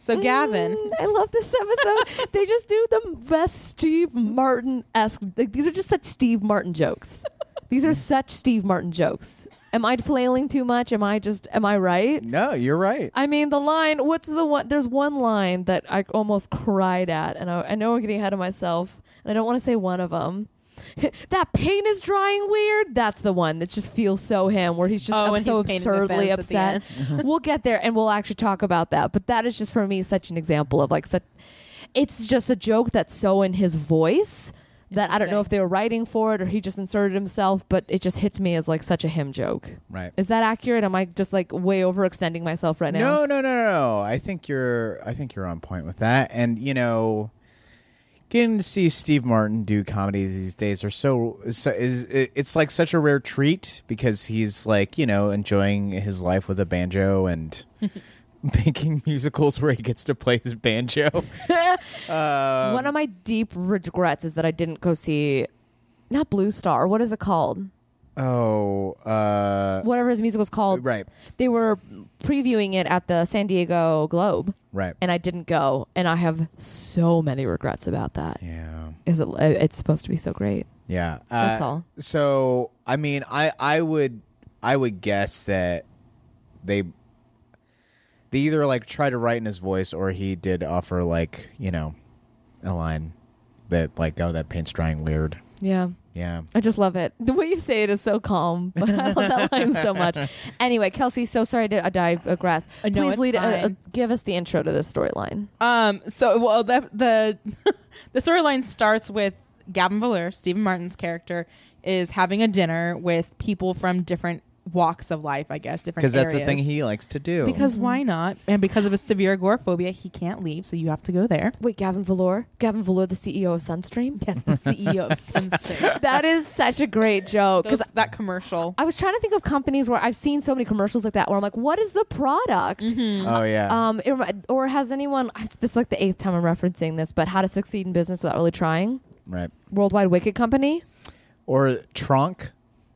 [SPEAKER 4] So Gavin,
[SPEAKER 6] Mm, I love this episode. they just do the best Steve Martin esque. Like these are just such Steve Martin jokes. these are such Steve Martin jokes. Am I flailing too much? Am I just? Am I right?
[SPEAKER 2] No, you're right.
[SPEAKER 6] I mean, the line. What's the one? There's one line that I almost cried at, and I, I know I'm getting ahead of myself, and I don't want to say one of them. that paint is drying weird. That's the one that just feels so him, where he's just
[SPEAKER 4] Oh,
[SPEAKER 6] I'm
[SPEAKER 4] and
[SPEAKER 6] so
[SPEAKER 4] he's painting the
[SPEAKER 6] absurdly
[SPEAKER 4] fence at
[SPEAKER 6] upset.
[SPEAKER 4] the
[SPEAKER 6] we'll get there, and we'll actually talk about that. But that is just for me such an example of like such. It's just a joke that's so in his voice that I don't know
[SPEAKER 4] Interesting.
[SPEAKER 6] if they were writing for it or he just inserted himself, but it just hits me as like such a him joke.
[SPEAKER 2] Right.
[SPEAKER 6] Is that accurate? Am I just like way overextending myself right now?
[SPEAKER 2] No, no, no, no. I think you're I think you're on point with that. And you know, getting to see Steve Martin do comedy these days are so, so is it- it's like such a rare treat because he's like you know enjoying his life with a banjo and. Making musicals where he gets to play his banjo.
[SPEAKER 6] One of my deep regrets is that I didn't go see not Blue Star. What is it called?
[SPEAKER 2] Oh, uh,
[SPEAKER 6] Whatever his musical is called.
[SPEAKER 2] Right.
[SPEAKER 6] They were previewing it at the San Diego Globe,
[SPEAKER 2] right.
[SPEAKER 6] and I didn't go, and I have so many regrets about that.
[SPEAKER 2] yeah.
[SPEAKER 6] Is it? uh, It's supposed to be so great.
[SPEAKER 2] Yeah, uh,
[SPEAKER 6] That's all.
[SPEAKER 2] So I mean, I I would I would guess that they they either like try to write in his voice or he did offer like you know a line that like oh that paint's drying weird.
[SPEAKER 6] Yeah.
[SPEAKER 2] Yeah,
[SPEAKER 6] I just love it. The way you say it is so calm, but I love that line so much. Anyway, Kelsey, so sorry to uh, digress.
[SPEAKER 4] Uh, no,
[SPEAKER 6] Please
[SPEAKER 4] it's
[SPEAKER 6] lead. uh, Uh,
[SPEAKER 4] fine.
[SPEAKER 6] give us the intro to this storyline.
[SPEAKER 4] Um. So well, the the the storyline starts with Gavin Valeur, Stephen Martin's character, is having a dinner with people from different walks of life. I guess different
[SPEAKER 2] because that's the
[SPEAKER 4] areas.
[SPEAKER 2] thing he Oh. likes to do.
[SPEAKER 4] Because why not? And because of his severe agoraphobia, he can't leave, so you have to go there.
[SPEAKER 6] Wait, Gavin Valor? Gavin Valor, the CEO of Sunstream?
[SPEAKER 4] Yes, the E CEO of Sunstream.
[SPEAKER 6] That is such a great joke. Because
[SPEAKER 4] Because that commercial.
[SPEAKER 6] I was trying to think of companies where I've seen so many commercials like that where I'm like, what is the product?
[SPEAKER 4] Mm-hmm.
[SPEAKER 2] oh yeah,
[SPEAKER 6] Um, it remi- or has anyone, I- this is like the eighth time I'm referencing this, but how to succeed in business without really trying?
[SPEAKER 2] right.
[SPEAKER 6] Worldwide Wicked Company?
[SPEAKER 2] Or Tronk.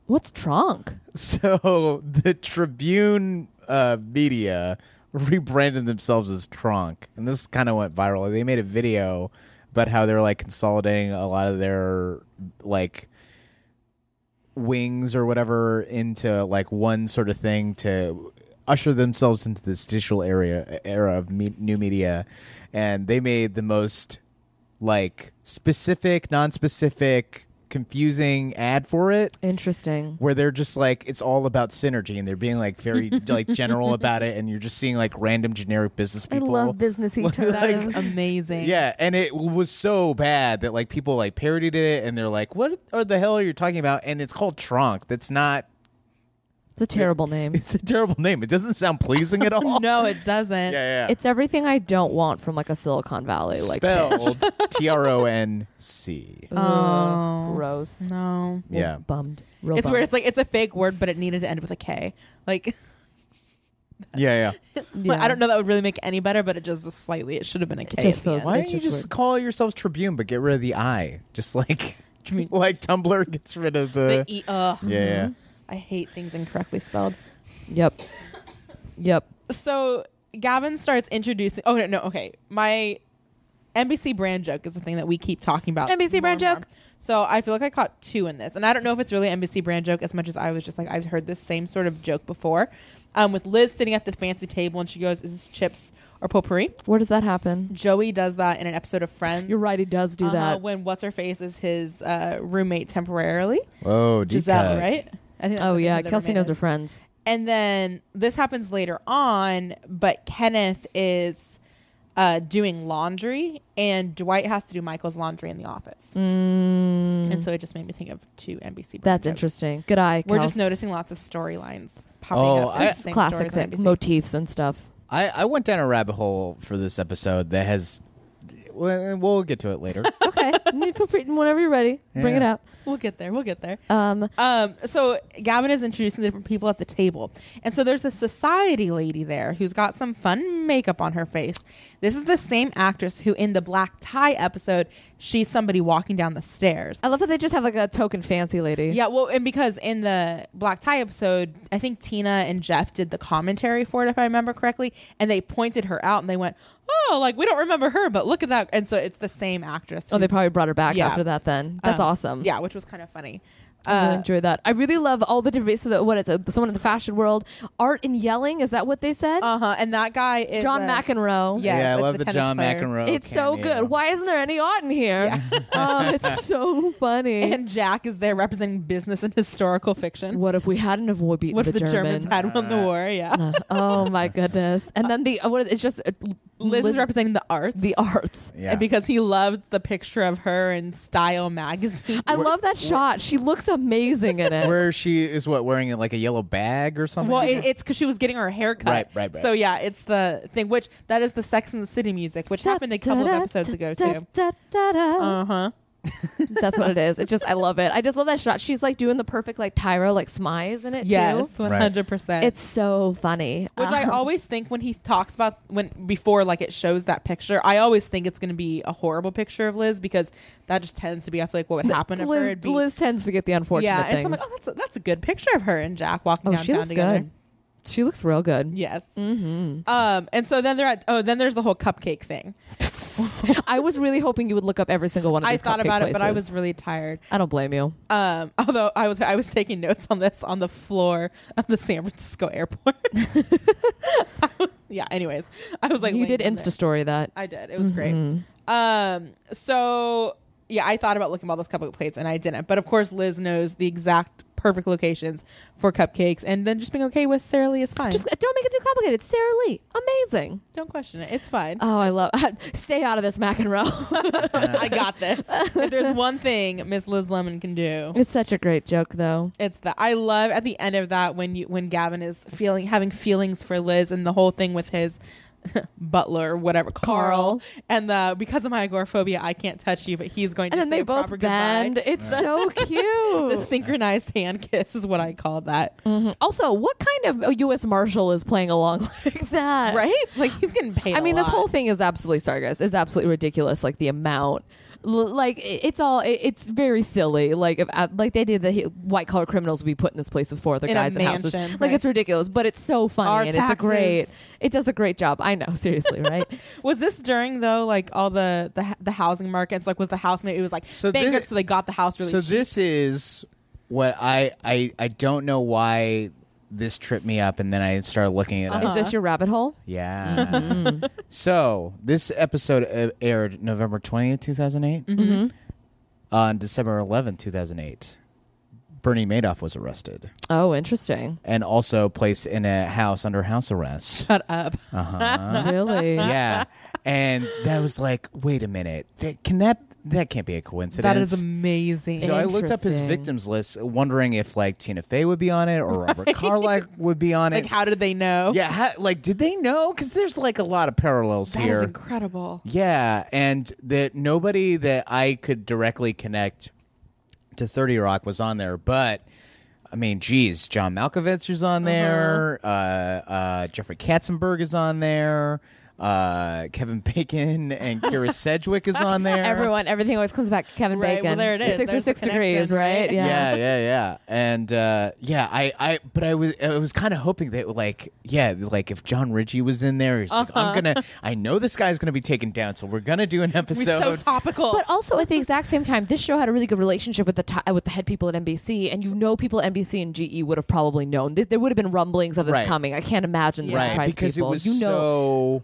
[SPEAKER 6] What's Tronk?
[SPEAKER 2] So the Tribune uh, media rebranded themselves as Tronk, and this kind of went viral. They made a video about how they're like consolidating a lot of their like wings or whatever into like one sort of thing to usher themselves into this digital area era of me- new media, and they made the most like specific, non-specific, confusing ad for it
[SPEAKER 6] Interesting.
[SPEAKER 2] where they're just like it's all about synergy and they're being like very like general about it and you're just seeing like random generic business people um,
[SPEAKER 6] I love businessy terms.
[SPEAKER 4] That is amazing.
[SPEAKER 2] yeah and it was so bad that like people like parodied it and they're like what are the hell are you talking about and it's called trunk that's not
[SPEAKER 6] It's a terrible name.
[SPEAKER 2] it's a terrible name it doesn't sound pleasing at all
[SPEAKER 4] No, it doesn't.
[SPEAKER 2] yeah yeah
[SPEAKER 6] It's everything I don't want from like a Silicon Valley. Like,
[SPEAKER 2] spelled t-r-o-n-c
[SPEAKER 6] Ugh,
[SPEAKER 4] Oh.
[SPEAKER 6] gross.
[SPEAKER 4] No.
[SPEAKER 2] yeah
[SPEAKER 6] Bummed. Real
[SPEAKER 4] It's
[SPEAKER 6] bummed.
[SPEAKER 4] weird. It's like it's a fake word, but it needed to end with a K. Like
[SPEAKER 2] yeah yeah
[SPEAKER 6] Yeah.
[SPEAKER 4] I don't know that would really make it any better, but it just slightly. It should have been a K.
[SPEAKER 6] just
[SPEAKER 4] at the
[SPEAKER 6] feels-
[SPEAKER 4] end.
[SPEAKER 2] why
[SPEAKER 6] It's
[SPEAKER 2] don't you
[SPEAKER 6] just
[SPEAKER 2] just
[SPEAKER 6] weird.
[SPEAKER 2] call yourselves tribune but get rid of the i just like
[SPEAKER 4] Tribune.
[SPEAKER 2] like tumblr gets rid of the,
[SPEAKER 4] The E- ugh.
[SPEAKER 2] yeah, yeah.
[SPEAKER 6] Mm-hmm.
[SPEAKER 4] I hate things incorrectly spelled.
[SPEAKER 6] Yep. Yep.
[SPEAKER 4] So Gavin starts introducing. Oh no, no, okay. My NBC brand joke is the thing that we keep talking about.
[SPEAKER 6] NBC
[SPEAKER 4] more
[SPEAKER 6] brand
[SPEAKER 4] and
[SPEAKER 6] joke.
[SPEAKER 4] more. So I feel like I caught two in this, and I don't know if it's really NBC brand joke as much as I was just like I've heard this same sort of joke before. Um, with Liz sitting at the fancy table, and she goes, "Is this chips or potpourri?"
[SPEAKER 6] Where does that happen?
[SPEAKER 4] Joey does that in an episode of Friends.
[SPEAKER 6] You're right. He does do
[SPEAKER 4] Uh-huh,
[SPEAKER 6] that.
[SPEAKER 4] when what's her face is his uh, roommate temporarily.
[SPEAKER 2] Whoa,
[SPEAKER 4] Giselle,
[SPEAKER 2] decut.
[SPEAKER 4] right? I think. that's
[SPEAKER 6] oh
[SPEAKER 4] the name
[SPEAKER 6] yeah,
[SPEAKER 4] of the
[SPEAKER 6] Kelsey
[SPEAKER 4] roommate
[SPEAKER 6] knows
[SPEAKER 4] is.
[SPEAKER 6] her friends.
[SPEAKER 4] And then this happens later on, but Kenneth is uh, doing laundry, and Dwight has to do Michael's laundry in the office. And so it just made me think of two NBC. brand
[SPEAKER 6] Mm. That's
[SPEAKER 4] jokes.
[SPEAKER 6] interesting. Good eye.
[SPEAKER 4] We're
[SPEAKER 6] Kels.
[SPEAKER 4] just noticing lots of storylines popping
[SPEAKER 2] Oh,
[SPEAKER 4] up. There's
[SPEAKER 2] I-
[SPEAKER 4] the same
[SPEAKER 6] classic
[SPEAKER 4] stories on
[SPEAKER 6] thing,
[SPEAKER 4] NBC.
[SPEAKER 6] motifs and stuff.
[SPEAKER 2] I, I went down a rabbit hole for this episode that has. We'll, we'll get to it later.
[SPEAKER 6] Okay, you feel free whenever you're ready. Bring it
[SPEAKER 2] Yeah.
[SPEAKER 6] up.
[SPEAKER 4] we'll get there. We'll get there.
[SPEAKER 6] Um,
[SPEAKER 4] Um, so Gavin is introducing the different people at the table. And so there's a society lady there who's got some fun makeup on her face. This is the same actress who in the black tie episode, she's somebody walking down the stairs.
[SPEAKER 6] I love that they just have like a token fancy lady.
[SPEAKER 4] Yeah, well, and because in the black tie episode, I think Tina and Jeff did the commentary for it, if I remember correctly, and they pointed her out and they went, "Oh, like we don't remember her, but look at that!" And so it's the same actress.
[SPEAKER 6] Oh, they
[SPEAKER 4] who's-
[SPEAKER 6] probably brought her back
[SPEAKER 4] Yeah.
[SPEAKER 6] after that. Then that's
[SPEAKER 4] um,
[SPEAKER 6] awesome.
[SPEAKER 4] Yeah, which was kind of funny.
[SPEAKER 6] I really
[SPEAKER 4] Uh,
[SPEAKER 6] enjoy that. I really love all the different. So that, what is it? Someone in the fashion world, art and yelling. Is that what they said?
[SPEAKER 4] uh huh. And that guy is
[SPEAKER 6] John
[SPEAKER 4] uh,
[SPEAKER 6] McEnroe.
[SPEAKER 4] Yeah,
[SPEAKER 2] yeah, I
[SPEAKER 4] like
[SPEAKER 2] love
[SPEAKER 4] the
[SPEAKER 2] the,
[SPEAKER 4] tennis
[SPEAKER 2] John
[SPEAKER 4] player.
[SPEAKER 2] McEnroe.
[SPEAKER 6] It's so
[SPEAKER 2] cameo.
[SPEAKER 6] good. Why isn't there any art in here? oh, it's so funny.
[SPEAKER 4] and Jack is there representing business and historical fiction. What,
[SPEAKER 6] what if we hadn't have war beaten
[SPEAKER 4] if the Germans, had won the war? Yeah.
[SPEAKER 6] oh my goodness! And then the uh, what is it's just uh,
[SPEAKER 4] Liz, is representing the arts.
[SPEAKER 6] the arts.
[SPEAKER 2] Yeah.
[SPEAKER 4] And because he loved the picture of her in Style magazine.
[SPEAKER 6] I love that shot. She looks amazing in it.
[SPEAKER 2] Where she is what wearing like a yellow bag or something.
[SPEAKER 4] Well, it, it's because she was getting her hair cut.
[SPEAKER 2] Right, right, right.
[SPEAKER 4] So yeah, it's the thing. Which that is the Sex and the City music, which happened a couple of episodes ago too.
[SPEAKER 6] Da, da, da, da.
[SPEAKER 4] Uh huh.
[SPEAKER 6] Um, That's what it is. It just I love it. I just love that shot. She's like doing the perfect like Tyra like smize in it
[SPEAKER 4] Yes,
[SPEAKER 6] too.
[SPEAKER 4] one
[SPEAKER 2] Right.
[SPEAKER 4] hundred percent.
[SPEAKER 6] It's so funny.
[SPEAKER 4] which I
[SPEAKER 6] Um,
[SPEAKER 4] always think when he talks about when before like it shows that picture, I always think it's going to be a horrible picture of Liz because that just tends to be I feel like what would happen if her
[SPEAKER 6] Liz,
[SPEAKER 4] would be
[SPEAKER 6] Liz tends to get the unfortunate
[SPEAKER 4] yeah. And
[SPEAKER 6] things.
[SPEAKER 4] so I'm like, oh, that's a, that's a good picture of her and Jack walking
[SPEAKER 6] oh,
[SPEAKER 4] downtown
[SPEAKER 6] she looks
[SPEAKER 4] together.
[SPEAKER 6] good. She looks real good.
[SPEAKER 4] Yes. Mm-hmm. Um, and so then they're at oh then there's the whole cupcake thing.
[SPEAKER 6] I was really hoping you would look up every single one of
[SPEAKER 4] I
[SPEAKER 6] these
[SPEAKER 4] thought
[SPEAKER 6] cupcake
[SPEAKER 4] about it, but I
[SPEAKER 6] places.
[SPEAKER 4] was really tired.
[SPEAKER 6] I don't blame you.
[SPEAKER 4] Um, although I was I was taking notes on this on the floor of the San Francisco airport. I was- yeah. Anyways, I was like,
[SPEAKER 6] you did
[SPEAKER 4] laying on
[SPEAKER 6] Insta
[SPEAKER 4] it.
[SPEAKER 6] story that.
[SPEAKER 4] I did. It was
[SPEAKER 6] Mm-hmm.
[SPEAKER 4] great. Um, so yeah, I thought about looking at all those cupcake plates and I didn't. But of course, Liz knows the exact perfect locations for cupcakes, and then just being okay with Sara Lee is fine.
[SPEAKER 6] Just
[SPEAKER 4] Just
[SPEAKER 6] don't make it too complicated. Sarah Lee, amazing.
[SPEAKER 4] don't question it. It's fine.
[SPEAKER 6] Oh, I love. Stay out of this mac and roll.
[SPEAKER 4] I got this. if there's one thing Miss Liz Lemon can do,
[SPEAKER 6] it's such a great joke, though.
[SPEAKER 4] it's that I love at the end of that when you when Gavin is feeling having feelings for Liz and the whole thing with his butler whatever Carl,
[SPEAKER 6] Carl.
[SPEAKER 4] and the because of my agoraphobia I can't touch you but he's going to
[SPEAKER 6] And then
[SPEAKER 4] say
[SPEAKER 6] they
[SPEAKER 4] a
[SPEAKER 6] both
[SPEAKER 4] proper
[SPEAKER 6] bend.
[SPEAKER 4] goodbye.
[SPEAKER 6] It's so
[SPEAKER 4] the
[SPEAKER 6] cute.
[SPEAKER 4] synchronized hand kiss is what I call that.
[SPEAKER 6] also, what kind of U.S. Marshal is playing along like that?
[SPEAKER 4] Right? Like he's getting paid.
[SPEAKER 6] I
[SPEAKER 4] a
[SPEAKER 6] mean, this
[SPEAKER 4] lot.
[SPEAKER 6] whole thing is absolutely sarcasm. It's absolutely ridiculous. Like the amount. L- Like it- it's all, it- it's very silly. Like if- uh, like they did that white collar criminals would be put in this place before the
[SPEAKER 4] In a
[SPEAKER 6] guys in houses.
[SPEAKER 4] mansion,
[SPEAKER 6] Like
[SPEAKER 4] right.
[SPEAKER 6] it's ridiculous, but it's so funny
[SPEAKER 4] Our
[SPEAKER 6] and it's
[SPEAKER 4] taxes.
[SPEAKER 6] a great. It does a great job. I know, seriously, right?
[SPEAKER 4] was this during though, like all the the, the housing markets. Like, was the house maybe it was like
[SPEAKER 2] So this-
[SPEAKER 4] bankrupt, so they got the house really.
[SPEAKER 2] so
[SPEAKER 4] cheap.
[SPEAKER 2] this is what I, I I don't know why this tripped me up, and then I started looking it
[SPEAKER 4] Uh-huh.
[SPEAKER 2] up.
[SPEAKER 6] Is this your rabbit hole?
[SPEAKER 2] Yeah.
[SPEAKER 4] Mm-hmm.
[SPEAKER 2] So this episode uh, aired November twentieth, two thousand eight.
[SPEAKER 4] Mm-hmm.
[SPEAKER 2] On December eleventh, two thousand eight, Bernie Madoff was arrested
[SPEAKER 6] Oh, interesting.
[SPEAKER 2] and also placed in a house under house arrest.
[SPEAKER 4] shut up.
[SPEAKER 6] Really?
[SPEAKER 2] yeah. And that was like, wait a minute, that, can that that can't be a coincidence?
[SPEAKER 4] that is amazing.
[SPEAKER 2] So I looked up his
[SPEAKER 6] Interesting.
[SPEAKER 2] victims list, wondering if like Tina Fey would be on it or Robert Carlyle would be on it.
[SPEAKER 4] like, how did they know?
[SPEAKER 2] yeah, how, like did they know? Because there's like a lot of parallels
[SPEAKER 4] that
[SPEAKER 2] here.
[SPEAKER 4] is incredible.
[SPEAKER 2] yeah, and that nobody that I could directly connect to Thirty Rock was on there, but. I mean, geez, John Malkovich is on there. uh Uh, Jeffrey Katzenberg is on there. Uh, Kevin Bacon and Kira Sedgwick is on there.
[SPEAKER 6] Everyone, everything always comes back. to Kevin
[SPEAKER 4] Right,
[SPEAKER 6] Bacon.
[SPEAKER 4] well, there it
[SPEAKER 6] The
[SPEAKER 4] is.
[SPEAKER 6] Six or
[SPEAKER 4] There's the
[SPEAKER 6] six degrees,
[SPEAKER 4] connection,
[SPEAKER 6] right?
[SPEAKER 4] right?
[SPEAKER 2] yeah, yeah, yeah. And uh, yeah, I, I, but I was, I was kind of hoping that, like, yeah, like if John Ritchie was in there, he's like, I'm gonna, I know this guy's gonna be taken down, so we're gonna do an
[SPEAKER 4] We're so,
[SPEAKER 2] episode.
[SPEAKER 4] topical.
[SPEAKER 6] But also at the exact same time, this show had a really good relationship with the ti with the head people at NBC, and you know, people at NBC and GE would have probably known. There, there would have been rumblings of this
[SPEAKER 2] Right.
[SPEAKER 6] coming. I can't imagine the
[SPEAKER 2] right,
[SPEAKER 6] surprise
[SPEAKER 2] because
[SPEAKER 6] people.
[SPEAKER 2] it was
[SPEAKER 6] you know,
[SPEAKER 2] so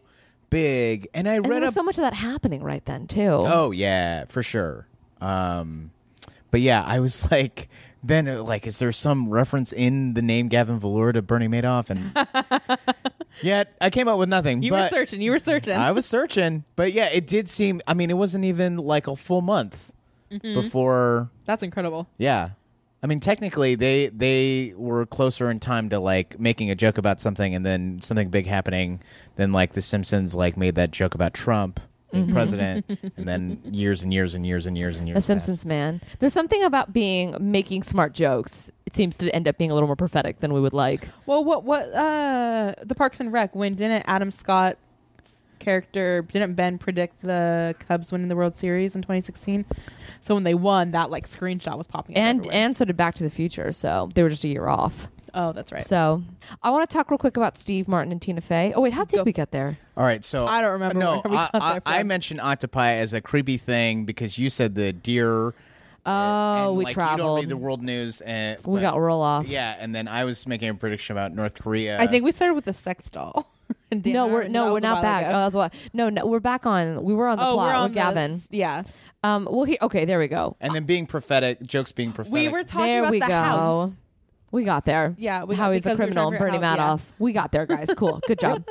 [SPEAKER 2] big, and I
[SPEAKER 6] and there
[SPEAKER 2] read
[SPEAKER 6] was
[SPEAKER 2] up.
[SPEAKER 6] so much of that happening right then too.
[SPEAKER 2] oh yeah, for sure. Um, but yeah, I was like. Then, uh, like, is there some reference in the name Gavin Velour to Bernie Madoff? And yet, I came up with nothing.
[SPEAKER 4] you
[SPEAKER 2] but
[SPEAKER 4] were searching. You were searching.
[SPEAKER 2] I was searching, but yeah, it did seem. I mean, it wasn't even like a full month
[SPEAKER 6] Mm-hmm.
[SPEAKER 2] before.
[SPEAKER 4] That's incredible.
[SPEAKER 2] Yeah, I mean, technically, they they were closer in time to like making a joke about something and then something big happening than like The Simpsons like made that joke about Trump being
[SPEAKER 4] Mm-hmm.
[SPEAKER 2] president, and then years and years and years and years and years.
[SPEAKER 6] The
[SPEAKER 2] passed.
[SPEAKER 6] Simpsons man. There's something about being making smart jokes. It seems to end up being a little more prophetic than we would like.
[SPEAKER 4] Well, what what uh the Parks and Rec when didn't Adam Scott's character didn't Ben predict the Cubs winning the World Series in 2016? So when they won, that like screenshot was popping up
[SPEAKER 6] And
[SPEAKER 4] everywhere.
[SPEAKER 6] and so did Back to the Future. So they were just a year off.
[SPEAKER 4] oh, that's right.
[SPEAKER 6] So I want to talk real quick about Steve Martin and Tina Fey. Oh wait, how did
[SPEAKER 4] Go.
[SPEAKER 6] we get there?
[SPEAKER 2] All right, so
[SPEAKER 4] I don't remember
[SPEAKER 2] No,
[SPEAKER 4] where we
[SPEAKER 2] I,
[SPEAKER 4] got
[SPEAKER 2] I,
[SPEAKER 4] that
[SPEAKER 2] I
[SPEAKER 4] from.
[SPEAKER 2] mentioned octopi as a creepy thing because you said the deer.
[SPEAKER 6] Oh,
[SPEAKER 2] and,
[SPEAKER 6] we
[SPEAKER 2] like, You don't
[SPEAKER 6] traveled.
[SPEAKER 2] read the world news, and
[SPEAKER 6] We
[SPEAKER 2] but-
[SPEAKER 6] got roll off.
[SPEAKER 2] Yeah, and then I was making a prediction about North Korea.
[SPEAKER 4] I think we started with the sex doll. And Dan
[SPEAKER 6] No,
[SPEAKER 4] and I
[SPEAKER 6] we're
[SPEAKER 4] were- Uh,
[SPEAKER 6] no,
[SPEAKER 4] that
[SPEAKER 6] we're
[SPEAKER 4] was a
[SPEAKER 6] not
[SPEAKER 4] while
[SPEAKER 6] back. Oh,
[SPEAKER 4] ago.
[SPEAKER 6] that's what. No, no, we're back on. We were on the
[SPEAKER 4] Oh,
[SPEAKER 6] plot
[SPEAKER 4] we're on
[SPEAKER 6] with
[SPEAKER 4] the-
[SPEAKER 6] Gavin.
[SPEAKER 4] yeah,
[SPEAKER 6] um, well, he, okay, there we go.
[SPEAKER 2] and then being prophetic, jokes being prophetic.
[SPEAKER 4] we were talking
[SPEAKER 6] there
[SPEAKER 4] about
[SPEAKER 6] we
[SPEAKER 4] the
[SPEAKER 6] go.
[SPEAKER 4] house.
[SPEAKER 6] We got there.
[SPEAKER 4] Yeah, we got-
[SPEAKER 6] how he's a
[SPEAKER 4] because we were
[SPEAKER 6] criminal,
[SPEAKER 4] talking
[SPEAKER 6] Bernie
[SPEAKER 4] about how- yeah. Mm-hmm.
[SPEAKER 6] Madoff. We got there, guys. Cool, good job.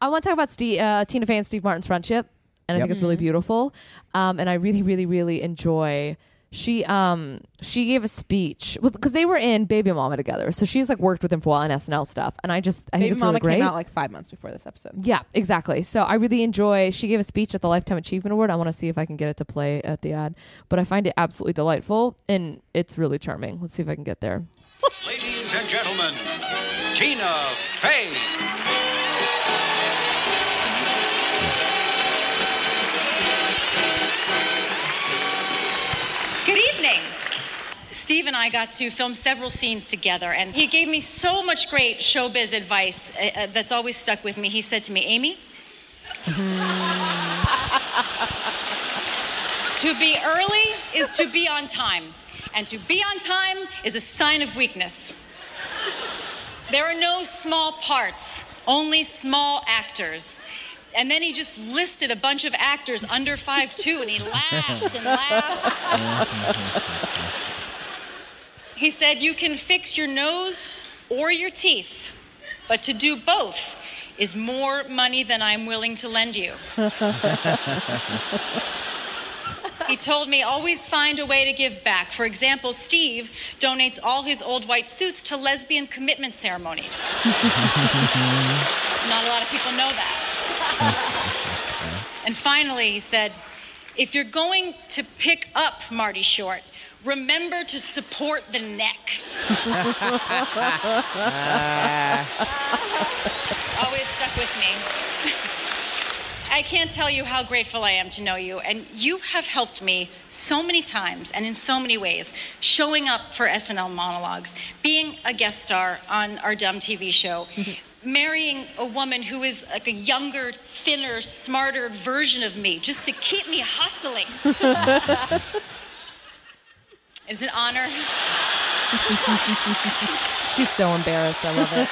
[SPEAKER 6] I want to talk about Steve, uh, Tina Fey and Steve Martin's friendship, and
[SPEAKER 4] Mm-hmm.
[SPEAKER 6] I
[SPEAKER 2] Yep.
[SPEAKER 6] think it's really beautiful. Um, and I really, really, really enjoy she um she gave a speech because they were in Baby Mama together, so she's like worked with him for a while in SNL stuff, and I just I think
[SPEAKER 4] Baby
[SPEAKER 6] it's
[SPEAKER 4] Mama
[SPEAKER 6] really great.
[SPEAKER 4] came out like five months before this episode.
[SPEAKER 6] yeah, exactly. So I really enjoy. She gave a speech at the Lifetime Achievement Award. I want to see if I can get it to play at the ad, but I find it absolutely delightful and it's really charming. Let's see if I can get there.
[SPEAKER 3] Ladies and gentlemen, Tina Fey.
[SPEAKER 7] Good evening. Steve and I got to film several scenes together, and he gave me so much great showbiz advice uh, uh, that's always stuck with me. He said to me, Amy, to be early is to be on time, and to be on time is a sign of weakness. There are no small parts, only small actors. And then he just listed a bunch of actors under 5'2, and he laughed and laughed. He said, You can fix your nose or your teeth, but to do both is more money than I'm willing to lend you. he told me, Always find a way to give back. For example, Steve donates all his old white suits to lesbian commitment ceremonies. Not a lot of people know that. and finally, he said, if you're going to pick up Marty Short, remember to support the neck. It's always stuck with me. I can't tell you how grateful I am to know you, and you have helped me so many times and in so many ways. Showing up for SNL monologues, being a guest star on our dumb TV show, marrying a woman who is like a younger, thinner, smarter version of me, just to keep me hustling. it's an honor.
[SPEAKER 6] She's so embarrassed. I love it.